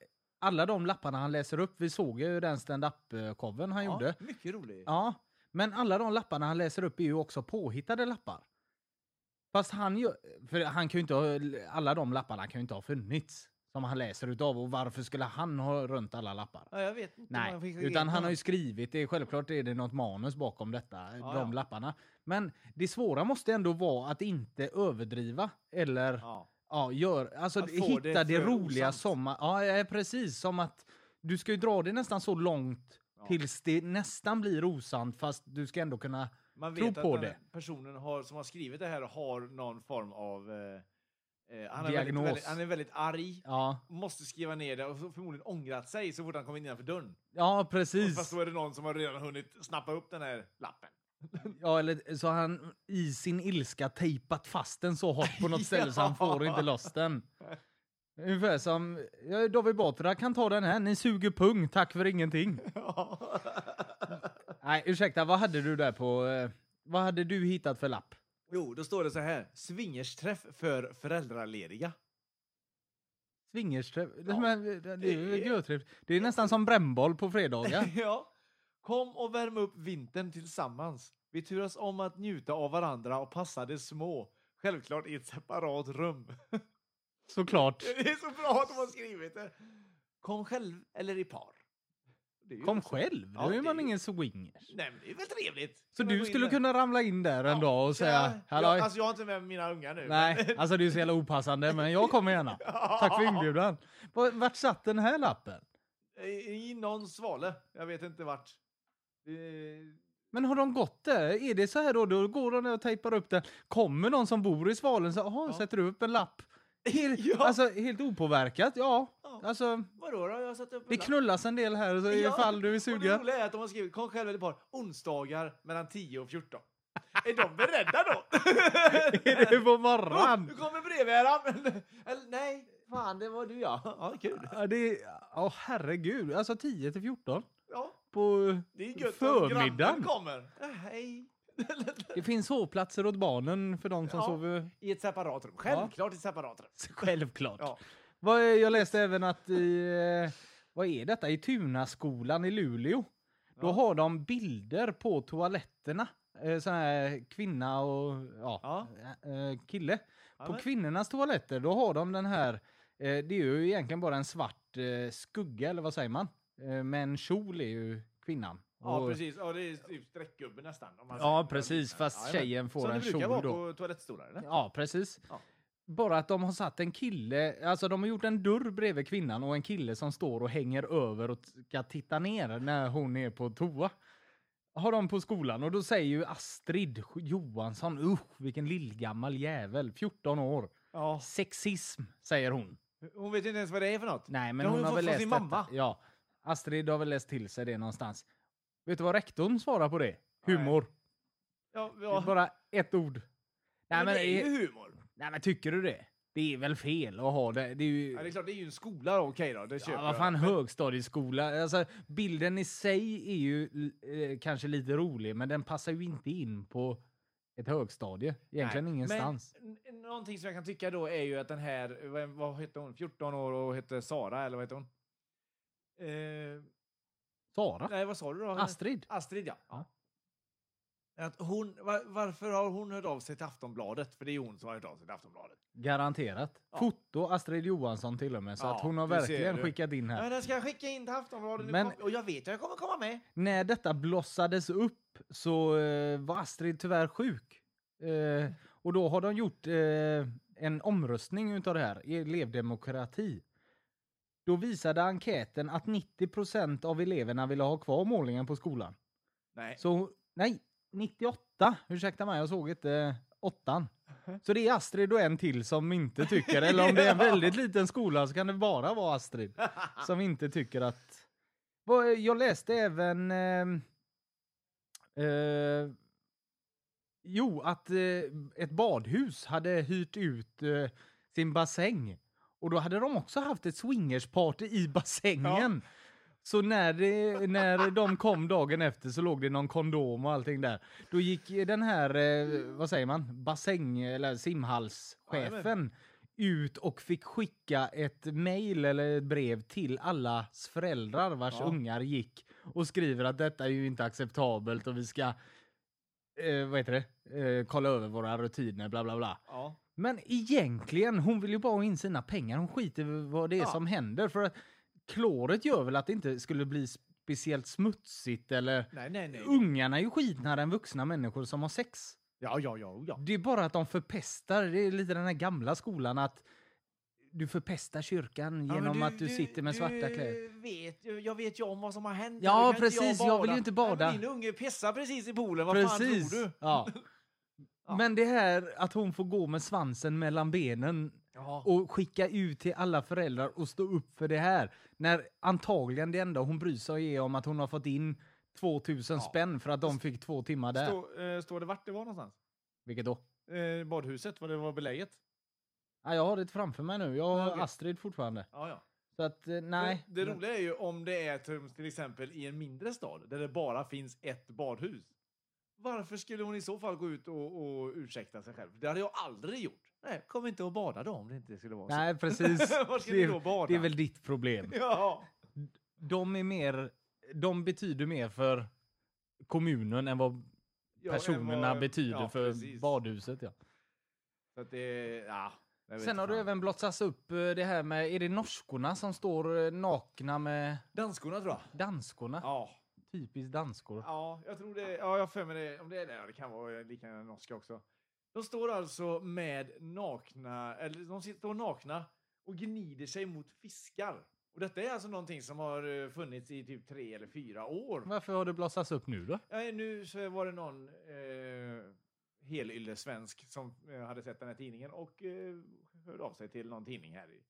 Speaker 4: alla de lapparna han läser upp, vi såg ju den stand-up-coven han gjorde.
Speaker 3: mycket roligt.
Speaker 4: Ja, men alla de lapparna han läser upp är ju också påhittade lappar. Fast han gör, för han kan ju inte ha, alla de lapparna kan ju inte ha funnits som han läser utav och varför skulle han ha runt alla lappar?
Speaker 3: Ja, jag vet inte. om
Speaker 4: Nej,
Speaker 3: jag fick
Speaker 4: utan
Speaker 3: reda
Speaker 4: han
Speaker 3: på
Speaker 4: har ju
Speaker 3: det.
Speaker 4: skrivit det. Självklart är det något manus bakom detta,
Speaker 3: Ja,
Speaker 4: de
Speaker 3: ja.
Speaker 4: lapparna. Men det svåra måste ändå vara att inte överdriva eller
Speaker 3: Ja.
Speaker 4: Ja, gör, alltså
Speaker 3: Att få
Speaker 4: hitta
Speaker 3: det
Speaker 4: det,
Speaker 3: för
Speaker 4: roliga
Speaker 3: osant.
Speaker 4: som... att- Ja, ja, precis. Som att du ska ju dra det nästan så långt tills det nästan blir osant fast du ska ändå kunna
Speaker 3: Man
Speaker 4: tro
Speaker 3: vet
Speaker 4: på
Speaker 3: att den
Speaker 4: det.
Speaker 3: här personen har, som har skrivit det här har någon form av... Eh, eh, han, är väldigt,
Speaker 4: Diagnos.
Speaker 3: väldigt, han är väldigt arg.
Speaker 4: Ja,
Speaker 3: Måste skriva ner det och så förmodligen ångrat sig så fort han kom innanför dörren.
Speaker 4: ja
Speaker 3: Fast
Speaker 4: precis.
Speaker 3: då är det någon som har redan hunnit snappa upp den här lappen.
Speaker 4: Ja, eller, så har han i sin ilska tejpat fast den så hårt på något ställe så han får inte loss den. Ungefär som ja, David Batra kan ta den här. Ni suger pung, tack för ingenting. Nej, ursäkta, vad hade du där på... eh, Vad hade du hittat för lapp?
Speaker 3: Jo, då står det så här. Swingersträff för föräldralediga.
Speaker 4: Swingersträff? Men, det, det, är väl görtrevligt. det är nästan som brännboll på fredagar.
Speaker 3: ja. Kom och värm upp vintern tillsammans. Vi turas om att njuta av varandra och passa de små. Självklart i ett separat rum.
Speaker 4: Såklart.
Speaker 3: det är så bra att de har skrivit det. Kom själv eller i par. Det är ju
Speaker 4: Kom
Speaker 3: också-
Speaker 4: själv,
Speaker 3: Ja,
Speaker 4: då är
Speaker 3: det
Speaker 4: man
Speaker 3: är-
Speaker 4: ingen swingers.
Speaker 3: Nej, men det är väl trevligt.
Speaker 4: Så
Speaker 3: Kan man
Speaker 4: du
Speaker 3: gå in
Speaker 4: skulle
Speaker 3: där?
Speaker 4: kunna ramla in där en dag och säga
Speaker 3: Ja,
Speaker 4: halloj?
Speaker 3: jag, alltså jag har inte med mina ungar nu.
Speaker 4: Nej,
Speaker 3: men-
Speaker 4: alltså det är så jävla opassande, men jag kommer gärna. Tack för inbjudan. Var- Vart satt den här lappen?
Speaker 3: I, I någon svale. Jag vet inte vart. Eh,
Speaker 4: Men har de gått där? Är det så här då? Då går de där och tejpar upp den. Kommer någon som bor i Svalen så aha, sätter du upp en lapp? Helt,
Speaker 3: Ja.
Speaker 4: Alltså helt opåverkat? Ja. Alltså,
Speaker 3: Vadå då? Jag har satt upp
Speaker 4: det
Speaker 3: en-
Speaker 4: knullas en del här så ifall du är
Speaker 3: Och det
Speaker 4: sugen.
Speaker 3: roliga är att de har skrivit kom själv eller par onsdagar mellan 10 och 14. Är de beredda då?
Speaker 4: Är det på
Speaker 3: Oh,
Speaker 4: morgonen?
Speaker 3: nu kommer brevbäraren! Eller nej, fan det var du ja. Ja, kul.
Speaker 4: Ja, det är, ja, herregud. Alltså 10 till 14
Speaker 3: Ja,
Speaker 4: på
Speaker 3: det är gött om grannen
Speaker 4: förmiddagen.
Speaker 3: kommer. Ja, Hej.
Speaker 4: Det finns sovplatser åt barnen för de som
Speaker 3: Ja.
Speaker 4: sover.
Speaker 3: I ett separat rum. Självklart i ett separat rum.
Speaker 4: Självklart.
Speaker 3: Ja.
Speaker 4: Vad är- Jag läste även att i, eh, vad är detta, i Tunaskolan i Luleå, då har de bilder på toaletterna. Eh, Sån här kvinna och ja,
Speaker 3: Ja.
Speaker 4: eh, kille. På
Speaker 3: men.
Speaker 4: kvinnornas toaletter, då har de den här, eh, det är ju egentligen bara en svart eh, skugga, eller vad säger man? Eh, Men kjol är ju kvinnan.
Speaker 3: Ja,
Speaker 4: Och-
Speaker 3: precis. Ja, det är typ streckgubbe nästan. Om man säger
Speaker 4: Ja,
Speaker 3: något
Speaker 4: precis.
Speaker 3: liknande.
Speaker 4: Fast
Speaker 3: Jajamän.
Speaker 4: tjejen får
Speaker 3: Som
Speaker 4: en
Speaker 3: det brukar
Speaker 4: kjol
Speaker 3: vara
Speaker 4: då.
Speaker 3: på toalettstolar, eller?
Speaker 4: Ja, precis.
Speaker 3: Ja.
Speaker 4: Bara att de har satt en kille, alltså de har gjort en dörr bredvid kvinnan och en kille som står och hänger över och t- ska titta ner när hon är på toa. Har de på skolan och då säger ju Astrid Johansson, usch vilken lillgammal jävel, 14 år.
Speaker 3: Ja.
Speaker 4: Sexism, säger hon.
Speaker 3: Hon vet inte ens vad det är för något.
Speaker 4: Nej, men
Speaker 3: Ja,
Speaker 4: hon har
Speaker 3: får
Speaker 4: väl
Speaker 3: från
Speaker 4: läst
Speaker 3: sin
Speaker 4: detta.
Speaker 3: mamma.
Speaker 4: Ja, Astrid har väl läst till sig det någonstans. Vet du vad rektorn svarar på det? Humor.
Speaker 3: Ja,
Speaker 4: Det är
Speaker 3: ja.
Speaker 4: bara ett ord. Nej,
Speaker 3: men det är
Speaker 4: i-
Speaker 3: ju humor.
Speaker 4: Nej men tycker du det? Det är väl fel att ha det? Det är ju...
Speaker 3: Ja, det är klart, det är ju en skola då. Okej då, det köper
Speaker 4: Ja, vad fan, högstadieskola. Alltså, bilden i sig är ju eh, kanske lite rolig, men den passar ju inte in på ett högstadie. Egentligen ingenstans.
Speaker 3: Men n- någonting som jag kan tycka då är ju att den här, vad, vad hette hon, 14 år och hette Sara, eller vad hette hon? Eh,
Speaker 4: Sara?
Speaker 3: nej, vad sa du då?
Speaker 4: Astrid?
Speaker 3: Astrid, ja.
Speaker 4: Ja.
Speaker 3: Att hon, va- varför har hon hört av sig till Aftonbladet? För det är hon som har hört av sig till Aftonbladet.
Speaker 4: Garanterat. Foto Astrid Johansson till och med, så
Speaker 3: Ja,
Speaker 4: att hon har
Speaker 3: du ser
Speaker 4: verkligen
Speaker 3: det.
Speaker 4: skickat in
Speaker 3: Ja.
Speaker 4: här.
Speaker 3: Men den ska jag skicka in till Aftonbladet nu
Speaker 4: Men-
Speaker 3: kom- och jag vet att jag kommer komma med.
Speaker 4: När detta blossades upp så eh, var Astrid tyvärr sjuk. Eh, och då har de gjort eh, en omröstning utav det här, elevdemokrati. Då visade enkäten att 90 av eleverna ville ha kvar målningen på skolan.
Speaker 3: Nej.
Speaker 4: Så, nej, 98. Ursäkta mig, jag såg inte eh, åttan. Så det är Astrid och en till som inte tycker, eller om det är en väldigt liten skola så kan det bara vara Astrid som inte tycker att... Vad- Jag läste även... ehm, eh, jo, att eh, ett badhus hade hyrt ut eh, sin bassäng. Och då hade de också haft ett swingersparty i bassängen. Så när, det, när de kom dagen efter så låg det någon kondom och allting där. Då gick den här, eh, vad säger man, bassäng eller simhalschefen ut och fick skicka ett mejl eller ett brev till allas föräldrar vars ungar gick och skriver att detta är ju inte acceptabelt och vi ska, eh, vad heter det, eh, kolla över våra rutiner, bla bla bla.
Speaker 3: Ja.
Speaker 4: Men egentligen, hon vill ju bara ha in sina pengar. Hon skiter i vad det är som händer. För att kloret gör väl att det inte skulle bli speciellt smutsigt eller...
Speaker 3: Nej, nej, nej.
Speaker 4: Ungarna är ju skitnare än vuxna människor som har sex.
Speaker 3: Ja, ja, ja, ja.
Speaker 4: Det är bara att de förpestar. Det är lite den här gamla skolan att du förpestar kyrkan
Speaker 3: Ja, men
Speaker 4: genom att du, sitter med svarta
Speaker 3: du
Speaker 4: kläder.
Speaker 3: Vet, ju- jag vet ju om vad som har hänt.
Speaker 4: Ja,
Speaker 3: Nu kan inte
Speaker 4: precis. Jag vill ju inte bada.
Speaker 3: Nej, men Din unge pissar precis i poolen. Vad fan
Speaker 4: Precis!
Speaker 3: tror du?
Speaker 4: Ja. Men det här att hon får gå med svansen mellan benen
Speaker 3: Ja.
Speaker 4: och skicka ut till alla föräldrar och stå upp för det här. När antagligen det enda hon bryr sig är om att hon har fått in 2000 spänn för att de fick två timmar där.
Speaker 3: Står eh, står det vart det var någonstans?
Speaker 4: Vilket då?
Speaker 3: Eh, badhuset, vad det var beläget?
Speaker 4: Ja, jag har det framför mig nu. Jag har
Speaker 3: Ja, okej.
Speaker 4: Astrid fortfarande.
Speaker 3: Ja, ja.
Speaker 4: Så att, eh, nej.
Speaker 3: Det, det roliga är ju om det är till, till exempel i en mindre stad där det bara finns ett badhus. Varför skulle hon i så fall gå ut och, och ursäkta sig själv? Det hade jag aldrig gjort. Nej, kom inte och bada då om det inte skulle vara
Speaker 4: Nej, precis.
Speaker 3: Var ska
Speaker 4: det,
Speaker 3: vi då bada?
Speaker 4: det är väl ditt problem.
Speaker 3: så. Ja.
Speaker 4: De är mer... De betyder mer för kommunen än vad
Speaker 3: Ja,
Speaker 4: personerna
Speaker 3: det var-
Speaker 4: betyder
Speaker 3: ja,
Speaker 4: för
Speaker 3: precis.
Speaker 4: badhuset. Ja.
Speaker 3: Så att det, ja, jag vet
Speaker 4: Sen har
Speaker 3: fan.
Speaker 4: du även blottats upp eh, det här med, är det norskorna som står eh, nakna med
Speaker 3: Danskorna tror jag.
Speaker 4: danskorna?
Speaker 3: Ja.
Speaker 4: Typiskt danskor.
Speaker 3: Ja, jag tror det. Ja, jag har för mig det. Om det är det, ja, det kan vara lika gärna norska också. De står alltså med nakna, eller de står nakna och gnider sig mot fiskar. Och detta är alltså någonting som har eh, funnits i typ tre eller fyra år.
Speaker 4: Varför har det blossats upp nu då?
Speaker 3: Ja, nu så var det någon eh, helylle-svensk som eh, hade sett den här tidningen och eh, hörde av sig till någon tidning här i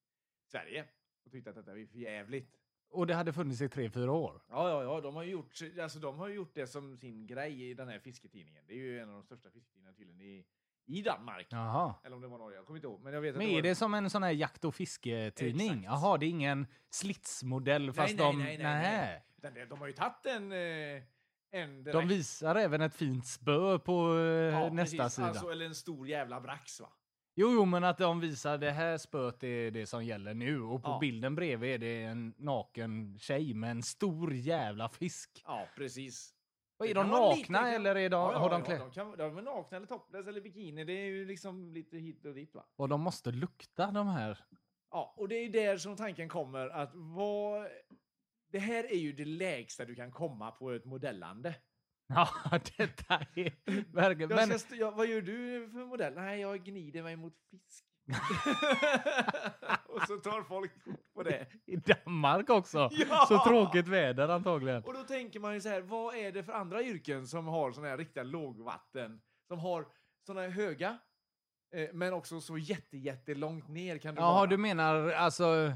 Speaker 3: Sverige och tyckte att detta är för jävligt.
Speaker 4: Och det hade funnits i tre, fyra år.
Speaker 3: Ja, ja, ja, de har ju gjort, alltså, de har ju gjort det som sin grej i den här fisketidningen. Det är ju en av de största fisketidningarna tydligen i, i Danmark.
Speaker 4: Jaha.
Speaker 3: Eller om det var Norge, jag kommer inte ihåg. Men jag vet att
Speaker 4: Men
Speaker 3: det var...
Speaker 4: är det som en sån här jakt och fisketidning?
Speaker 3: Exakt.
Speaker 4: Jaha, det är ingen slitsmodell fast
Speaker 3: nej,
Speaker 4: de...
Speaker 3: nej, nej,
Speaker 4: Nähä.
Speaker 3: nej. Utan det, de har ju tagit en... eh, en direkt,
Speaker 4: De visar även ett fint spö på eh,
Speaker 3: Ja,
Speaker 4: nästa
Speaker 3: precis.
Speaker 4: sida.
Speaker 3: Alltså, eller en stor jävla brax va?
Speaker 4: Jo, jo, men att de visar det här spöet är det som gäller nu och på
Speaker 3: Ja.
Speaker 4: bilden bredvid är det en naken tjej med en stor jävla fisk.
Speaker 3: Ja, precis.
Speaker 4: Och är
Speaker 3: Det
Speaker 4: de
Speaker 3: kan vara lite-
Speaker 4: nakna eller är de,
Speaker 3: Ja, ja,
Speaker 4: har de
Speaker 3: ja,
Speaker 4: klätt?
Speaker 3: de, kan, de är nakna eller topless eller bikini. Det är ju liksom lite hit och dit va?
Speaker 4: Och de måste lukta de här.
Speaker 3: Ja, och det är ju där som tanken kommer att vad... Det här är ju det lägsta du kan komma på ett modellande.
Speaker 4: Ja, detta är verkligen...
Speaker 3: Jag
Speaker 4: Men,
Speaker 3: ska st- jag, vad gör du för modell? Nej, jag gnider mig mot fisk. och så tar folk kort på det.
Speaker 4: I Danmark också.
Speaker 3: Ja!
Speaker 4: Så tråkigt väder antagligen.
Speaker 3: Och då tänker man ju så här, vad är det för andra yrken som har såna här riktiga lågvatten? Som har såna här höga, eh, men också så jätte, jätte långt ner kan det
Speaker 4: Jaha,
Speaker 3: vara.
Speaker 4: du menar alltså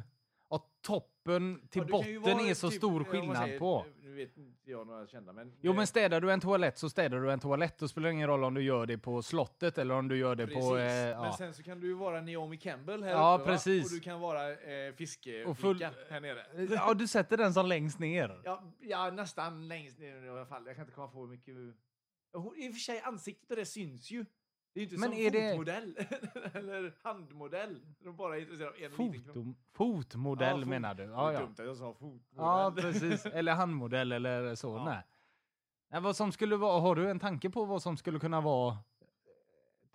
Speaker 4: att toppen till
Speaker 3: Ja, du kan ju
Speaker 4: botten
Speaker 3: vara
Speaker 4: är så
Speaker 3: typ-
Speaker 4: stor
Speaker 3: ja, vad
Speaker 4: skillnad
Speaker 3: säger-
Speaker 4: på?
Speaker 3: Nu vet inte jag några kända, men... eh,
Speaker 4: Jo, men städar du en toalett så städar du en toalett. Då spelar det ingen roll om du gör det på slottet eller om du gör det
Speaker 3: Precis.
Speaker 4: på... Eh,
Speaker 3: Men
Speaker 4: ja.
Speaker 3: sen så kan du ju vara Naomi Campbell här
Speaker 4: Ja,
Speaker 3: uppe, va?
Speaker 4: precis.
Speaker 3: och du kan vara eh, fiskeflicka
Speaker 4: Och full-
Speaker 3: här nere.
Speaker 4: Eh, ja, du sätter den som längst ner.
Speaker 3: Ja, ja, nästan längst ner i alla fall. Jag kan inte komma på hur mycket... Hon, I och för sig, ansiktet och det syns ju. Det är ju inte
Speaker 4: Men
Speaker 3: som
Speaker 4: är det-
Speaker 3: fotmodell eller handmodell. De bara är intresserade av en liten
Speaker 4: Foto,
Speaker 3: kropp.
Speaker 4: fotmodell
Speaker 3: Ja, fot-
Speaker 4: menar du? Ja,
Speaker 3: Det är
Speaker 4: ja.
Speaker 3: dumt att jag sa fotmodell.
Speaker 4: ja precis. Eller handmodell eller så.
Speaker 3: Ja.
Speaker 4: Nej. Nej, vad som skulle vara, har du en tanke på vad som skulle kunna vara eh,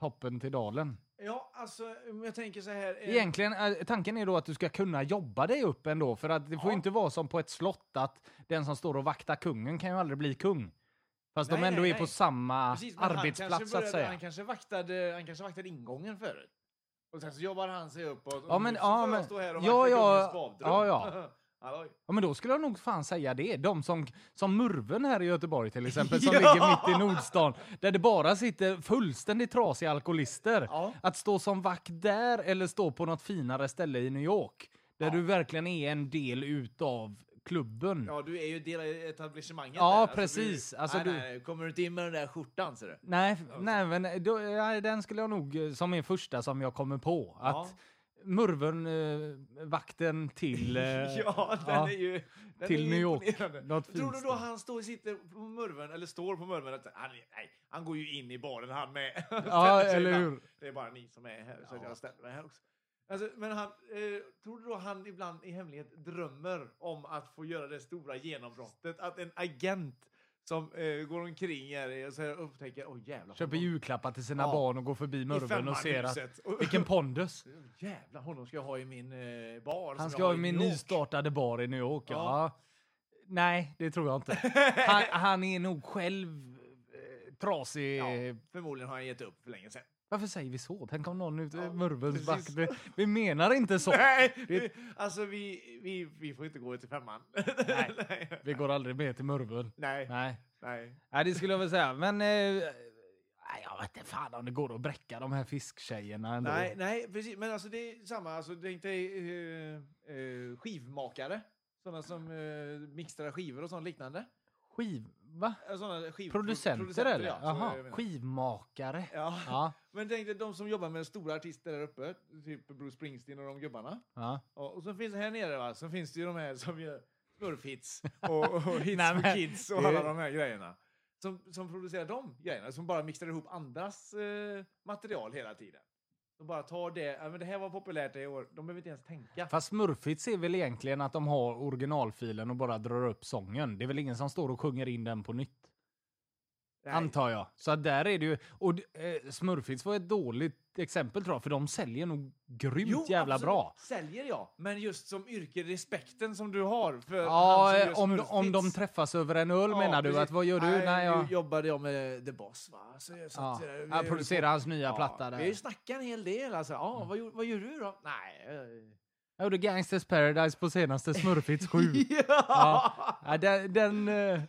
Speaker 4: toppen till dalen?
Speaker 3: ja, alltså, om jag tänker så här... eh,
Speaker 4: Egentligen, eh, tanken är då att du ska kunna jobba dig upp ändå, för att det får ju
Speaker 3: Ja.
Speaker 4: inte vara som på ett slott att den som står och vaktar kungen kan ju aldrig bli kung. Fast de
Speaker 3: Nej,
Speaker 4: ändå
Speaker 3: nej,
Speaker 4: är på
Speaker 3: nej.
Speaker 4: samma
Speaker 3: Precis, men
Speaker 4: arbetsplats
Speaker 3: han kanske
Speaker 4: så att
Speaker 3: började-
Speaker 4: säga.
Speaker 3: Han kanske, vaktade, han kanske vaktade ingången förut. Och sen så jobbar han sig uppåt. och
Speaker 4: Ja,
Speaker 3: nu
Speaker 4: men-
Speaker 3: så
Speaker 4: ja,
Speaker 3: får jag
Speaker 4: men-
Speaker 3: stå här och
Speaker 4: ja,
Speaker 3: vakta
Speaker 4: ja,
Speaker 3: kungens badrum.
Speaker 4: ja, ja.
Speaker 3: Halloj.
Speaker 4: Ja, men då skulle jag nog fan säga det. De som, som Murven här i Göteborg till exempel, som
Speaker 3: Ja!
Speaker 4: ligger mitt i Nordstan, där det bara sitter fullständigt trasiga alkoholister.
Speaker 3: Ja.
Speaker 4: Att stå som vakt där eller stå på något finare ställe i New York, där du verkligen är en del utav klubben.
Speaker 3: Ja, du är ju del av etablissemanget.
Speaker 4: Ja,
Speaker 3: där. Alltså,
Speaker 4: precis.
Speaker 3: Du,
Speaker 4: Alltså,
Speaker 3: nej,
Speaker 4: du-
Speaker 3: nej, kommer du inte in med den där skjortan ser du.
Speaker 4: Nej, f- nej men eh, då, ja, den skulle jag nog, eh, som är första som jag kommer på,
Speaker 3: Ja.
Speaker 4: att Murven, eh, vakten till... eh,
Speaker 3: Ja, den
Speaker 4: ja.
Speaker 3: är ju den
Speaker 4: Till
Speaker 3: är ju
Speaker 4: New York.
Speaker 3: imponerande.
Speaker 4: Något
Speaker 3: Tror du
Speaker 4: fint
Speaker 3: då
Speaker 4: ställe.
Speaker 3: han står, sitter på murven, eller står på murven? Att, han, nej, han går ju in i baren han med.
Speaker 4: Ja,
Speaker 3: Ställer sig
Speaker 4: eller
Speaker 3: ibland.
Speaker 4: hur?
Speaker 3: Det är bara ni som är här, så att jag ställer mig här också. Alltså, men han, eh, tror du då han ibland i hemlighet drömmer om att få göra det stora genombrottet? Att en agent som eh, går omkring här och så här upptäcker, åh jävlar.
Speaker 4: Köper
Speaker 3: honom-
Speaker 4: julklappar till sina
Speaker 3: Ja.
Speaker 4: barn och går förbi Murven och ser att...
Speaker 3: femmanhuset. Och-
Speaker 4: Vilken pondus!
Speaker 3: Jävlar, honom ska jag ha i min eh, bar. som
Speaker 4: Han ska
Speaker 3: jag
Speaker 4: ha
Speaker 3: i
Speaker 4: min
Speaker 3: New York.
Speaker 4: nystartade bar i New York, ja.
Speaker 3: Ja.
Speaker 4: Nej, det tror jag inte. Han, han är nog själv eh, trasig.
Speaker 3: Ja, förmodligen har han gett upp för länge sedan.
Speaker 4: Varför säger vi så? Tänk om någon ute
Speaker 3: Ja,
Speaker 4: Murvens vakt.
Speaker 3: precis.
Speaker 4: Vi, vi menar inte så.
Speaker 3: Nej, vi, alltså vi, vi, vi får inte gå till femman.
Speaker 4: Nej.
Speaker 3: nej,
Speaker 4: Vi går aldrig med till Murven.
Speaker 3: nej,
Speaker 4: Nej.
Speaker 3: nej.
Speaker 4: Nej, det skulle jag väl säga. Men... Eh, nej, jag vet inte fan om det går att bräcka de här fisktjejerna ändå.
Speaker 3: Nej, nej, precis. Men alltså det är samma. Alltså, tänk dig eh, eh, skivmakare. Sådana som eh, mixtrar skivor och sånt liknande.
Speaker 4: Skiv... Va?
Speaker 3: Eh, Såna skiv,
Speaker 4: Producenter, eller?
Speaker 3: ja, så
Speaker 4: Jaha,
Speaker 3: jag menar.
Speaker 4: skivmakare.
Speaker 3: Ja.
Speaker 4: Ja,
Speaker 3: Men tänk dig de som jobbar med stora artister där uppe. Typ Bruce Springsteen och de gubbarna.
Speaker 4: ja.
Speaker 3: Ja, och så finns här nere va, så finns det ju de här som gör smurfhits och, och hits
Speaker 4: Nej, men
Speaker 3: för kids och
Speaker 4: det-
Speaker 3: alla de här grejerna. Som, som producerar de grejerna, som bara mixar ihop andras eh, material hela tiden. De bara tar det, ja, men det här var populärt det i år, de behöver inte ens tänka.
Speaker 4: Fast smurfigt är väl egentligen att de har originalfilen och bara drar upp sången. Det är väl ingen som står och sjunger in den på nytt?
Speaker 3: Nej.
Speaker 4: Antar jag. Så att där är det ju... Och eh, Smurfits var ett dåligt exempel tror jag, för de säljer nog grymt
Speaker 3: Jo,
Speaker 4: jävla
Speaker 3: absolut,
Speaker 4: bra.
Speaker 3: Säljer jag, men just som yrke, respekten som du har för han
Speaker 4: Ja,
Speaker 3: som
Speaker 4: eh,
Speaker 3: gör
Speaker 4: om, om de
Speaker 3: smurfhits.
Speaker 4: träffas över en öl
Speaker 3: Ja,
Speaker 4: menar du?
Speaker 3: precis.
Speaker 4: Att, vad gör du?
Speaker 3: Nej,
Speaker 4: Nej, jag...
Speaker 3: Nu jobbade jag med The Boss va. Så jag
Speaker 4: Ja.
Speaker 3: satt där, vi
Speaker 4: Jag
Speaker 3: höll
Speaker 4: producerar
Speaker 3: på.
Speaker 4: hans nya platta
Speaker 3: Vi har ju
Speaker 4: där. Mm.
Speaker 3: snackat en hel del alltså. Ja, vad, gjo- vad gör du då? Nej. eh,
Speaker 4: Jag gjorde Gangsters Paradise på senaste Smurfits 7. ja. ja, den... den eh,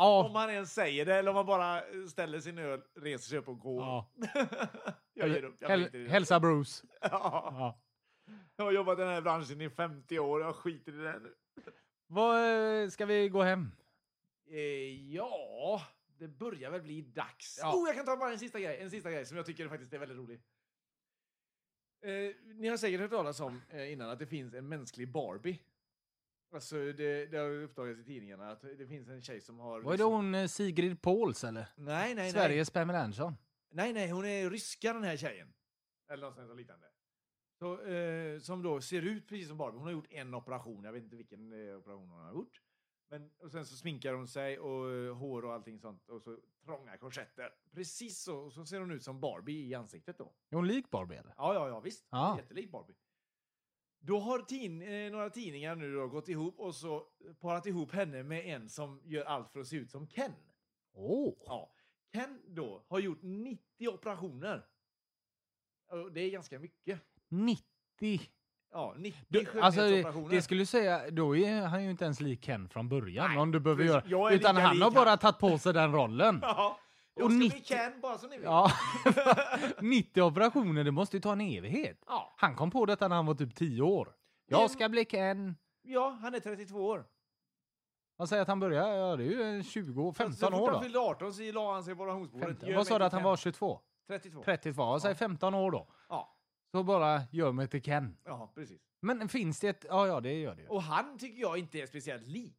Speaker 3: Om
Speaker 4: ja,
Speaker 3: man ens säger det eller om man bara eh, ställer sin öl, reser sig upp och går.
Speaker 4: ja.
Speaker 3: jag ger upp. Jag
Speaker 4: Häl,
Speaker 3: skiter i det.
Speaker 4: hälsa Bruce.
Speaker 3: Ja.
Speaker 4: Ja.
Speaker 3: Jag har jobbat i den här branschen i 50 år, jag skiter i det här nu.
Speaker 4: Vad, eh, ska vi gå hem?
Speaker 3: Eh, ja, det börjar väl bli dags.
Speaker 4: Ja.
Speaker 3: Oh, jag kan ta bara en sista grej, en sista grej som jag tycker faktiskt är väldigt rolig. Eh, ni har säkert hört talas om eh, innan att det finns en mänsklig Barbie. Alltså, det, det har uppdagats i tidningarna att det finns en tjej som har...
Speaker 4: Var det hon eh, Sigrid Pauls eller?
Speaker 3: Liksom. Nej, nej, nej.
Speaker 4: Sveriges Pamela Anderson?
Speaker 3: Nej, nej, hon är ryska den här tjejen. Eller något sånt här liknande. Så, eh, som då ser ut precis som Barbie. Hon har gjort en operation, jag vet inte vilken eh, operation hon har gjort. Men, och sen så sminkar hon sig och eh, hår och allting sånt och så trånga korsetter. Precis så, och så ser hon ut som Barbie i ansiktet då.
Speaker 4: Är hon lik Barbie eller?
Speaker 3: Ja, ja, ja visst.
Speaker 4: Ja.
Speaker 3: Jättelik Barbie. Då har tin, eh, några tidningar nu då gått ihop och så parat ihop henne med en som gör allt för att se ut som Ken.
Speaker 4: Åh!
Speaker 3: Ja. Ken då har gjort 90 operationer. Och Det är ganska mycket.
Speaker 4: 90!
Speaker 3: Ja, 90
Speaker 4: Du, alltså, det,
Speaker 3: skönhetsoperationer.
Speaker 4: det skulle säga, då är han ju inte ens lik Ken från början.
Speaker 3: Nej,
Speaker 4: om du behöver
Speaker 3: precis.
Speaker 4: göra,
Speaker 3: Jag är
Speaker 4: utan
Speaker 3: lika
Speaker 4: han har
Speaker 3: lik
Speaker 4: bara
Speaker 3: han.
Speaker 4: tagit på sig den rollen.
Speaker 3: Ja. Jag
Speaker 4: Och
Speaker 3: ska
Speaker 4: 90
Speaker 3: bli Ken bara så ni vet.
Speaker 4: Ja. 90 operationer, det måste ju ta en evighet.
Speaker 3: Ja.
Speaker 4: Han kom på detta när han var typ 10 år.
Speaker 3: Men-
Speaker 4: Jag ska bli Ken.
Speaker 3: Ja, han är 32 år.
Speaker 4: Han säger att han börjar, ja det är ju en 20, år, 15
Speaker 3: så fort
Speaker 4: år
Speaker 3: han
Speaker 4: då.
Speaker 3: fyllde 18 så la han sig på relationsbordet.
Speaker 4: 15.
Speaker 3: Gör
Speaker 4: Vad
Speaker 3: mig
Speaker 4: sa du att
Speaker 3: till
Speaker 4: han
Speaker 3: Ken.
Speaker 4: var 22?
Speaker 3: 32.
Speaker 4: 32, jag säger 15 år då.
Speaker 3: Ja.
Speaker 4: Så bara gör mig till Ken.
Speaker 3: ja, precis.
Speaker 4: Men finns det ett, ja ja det gör det ju.
Speaker 3: Och han tycker jag inte är speciellt lik.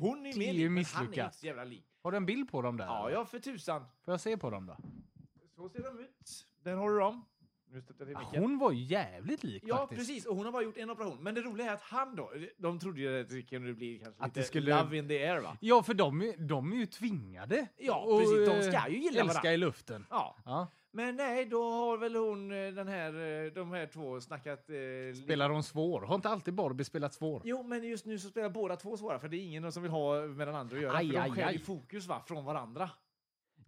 Speaker 3: Hon är
Speaker 4: det är ju
Speaker 3: mer lik, men han är
Speaker 4: misslyckat.
Speaker 3: inte så jävla lik.
Speaker 4: Har du en bild på dem där?
Speaker 3: Ja,
Speaker 4: eller?
Speaker 3: ja, för tusan.
Speaker 4: Får jag se på dem då?
Speaker 3: Så ser de ut. Där har du dem. Nu stötte jag till micken.
Speaker 4: Ah, Hon var ju jävligt lik
Speaker 3: Ja,
Speaker 4: faktiskt.
Speaker 3: precis. Och hon har bara gjort en operation. Men det roliga är att han då, de trodde ju att det kunde bli kanske
Speaker 4: Att
Speaker 3: lite
Speaker 4: det skulle-
Speaker 3: love in the air va?
Speaker 4: Ja, för de, är- de är ju tvingade.
Speaker 3: Ja, precis. De
Speaker 4: eh,
Speaker 3: ska ju gilla
Speaker 4: älska
Speaker 3: varandra.
Speaker 4: i luften.
Speaker 3: Ja.
Speaker 4: Ja.
Speaker 3: Men nej, då har väl hon eh, den här, eh, de här två snackat... eh, li-
Speaker 4: Spelar de svår? Har inte alltid Barbie spelat svår?
Speaker 3: Jo, men just nu så spelar båda två svåra för det är ingen som vill ha med den andra att göra.
Speaker 4: Aj,
Speaker 3: för de
Speaker 4: aj,
Speaker 3: skär ju
Speaker 4: aj.
Speaker 3: fokus va, från varandra.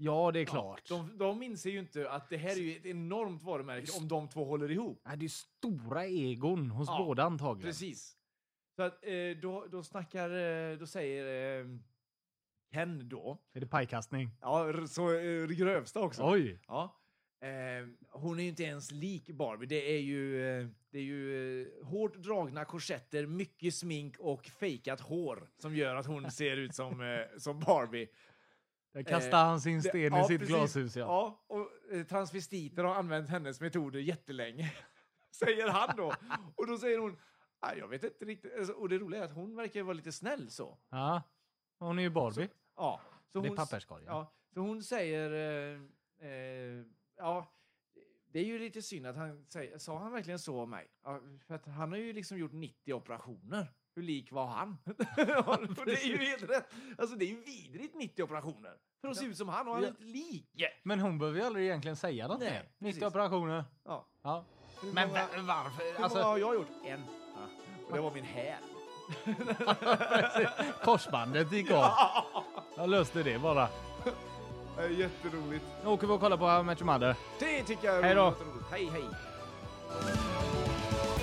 Speaker 4: Ja, det är klart.
Speaker 3: De, de inser ju inte att det här är ju ett enormt varumärke om de två håller ihop.
Speaker 4: Nej, det är ju stora egon hos
Speaker 3: Ja,
Speaker 4: båda antagligen.
Speaker 3: Precis. Så att eh, då, då snackar, eh, då säger eh, Ken då,
Speaker 4: Är det pajkastning?
Speaker 3: ja, r- så eh, grövsta också.
Speaker 4: Oj!
Speaker 3: Ja. Eh, hon är ju inte ens lik Barbie. Det är ju, eh, det är ju eh, hårt dragna korsetter, mycket smink och fejkat hår som gör att hon ser ut som, eh, som Barbie.
Speaker 4: Där kastade han sin sten i
Speaker 3: Ja,
Speaker 4: sitt
Speaker 3: precis.
Speaker 4: glashus, ja.
Speaker 3: ja och eh, transvestiter har använt hennes metoder jättelänge, säger han då. Och då säger hon, "Ah, jag vet inte riktigt. Alltså, och det roliga är att hon verkar vara lite snäll så.
Speaker 4: ja. Hon är ju Barbie.
Speaker 3: Ja. Så
Speaker 4: Det är
Speaker 3: hon s-
Speaker 4: papperskorgen.
Speaker 3: Ja, så hon säger... Eh, eh, ja, det är ju lite synd att han säger... Sa han verkligen så om mig? Ja, för att han har ju liksom gjort 90 operationer. Hur lik var han? och det är ju helt rätt. Alltså det är ju vidrigt 90 operationer. För att se ut som han och han är
Speaker 4: Ja.
Speaker 3: inte lik.
Speaker 4: Men hon behöver ju aldrig egentligen säga något
Speaker 3: Nej,
Speaker 4: mer. 90
Speaker 3: precis.
Speaker 4: operationer.
Speaker 3: Ja.
Speaker 4: Ja. Men va- varför?
Speaker 3: Hur många
Speaker 4: Alltså,
Speaker 3: har jag gjort? En. Ja. Och det var min häl.
Speaker 4: korsbandet gick av. Jag löste det bara.
Speaker 3: Det är jätteroligt.
Speaker 4: Nu åker vi och kollar på How I Met Your Mother.
Speaker 3: Det tycker jag är
Speaker 4: Hej då.
Speaker 3: roligt och roligt. Hej, hej.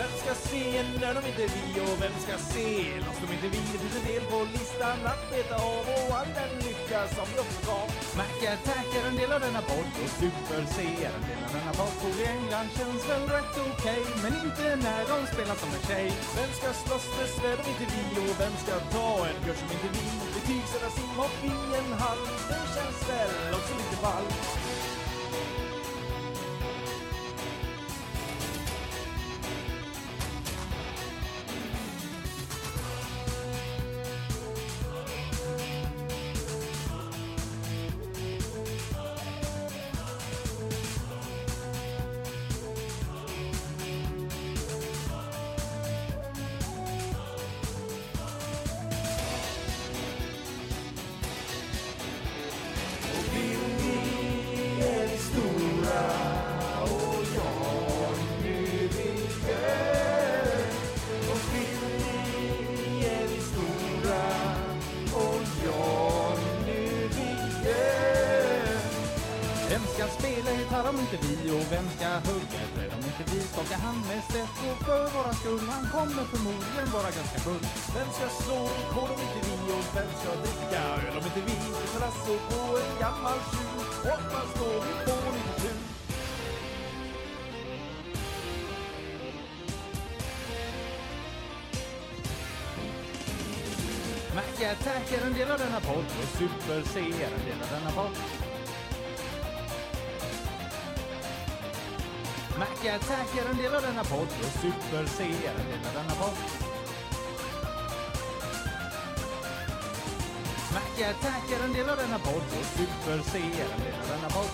Speaker 3: Vem ska se när de inte är vi och vem ska se loss de inte vi? Det finns en del på listan att beta av och all den lycka som Jocke gav.
Speaker 4: Mac Attack är en del av denna podd och Super-C är en del av denna podd. Bor i England känns väl rätt okej, men inte när de spelar som en tjej.
Speaker 3: Vem ska slåss med svärd om inte vi och vem ska ta en björn som inte vi? Betygsätta simhopp i en hall, det känns väl också lite ball.
Speaker 4: Vem ska spela gitarr om inte vi och vem ska hugga ett träd om inte vi? Skakar hand med Steffo för våran skull, han kommer förmodligen vara ganska full.
Speaker 3: Vem ska slå rekord om inte vi och vem ska dricka öl om inte vi? Vi får alltså på en gammal tjur och man står i får inte tur.
Speaker 4: Tacka, tacka en del av denna podd och super-C en del av denna podd. Macka, tacka en del av denna podd och super-C en del av denna podd. Macka, tacka en del av denna podd och super-C en del av denna podd.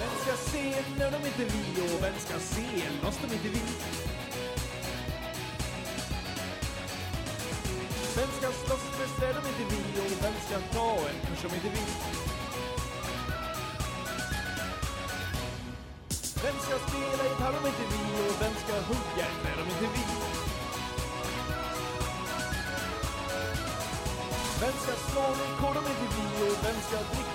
Speaker 3: Vem ska se när de inte vi och vem ska se loss de inte vi? Vem ska slåss med städ om inte vi och vem ska ta en kurs om inte vi? Vem ska spela gitarr om inte vi och vem ska hugga ett träd om inte vi? Vem ska slå rekord om inte vi och vem ska dricka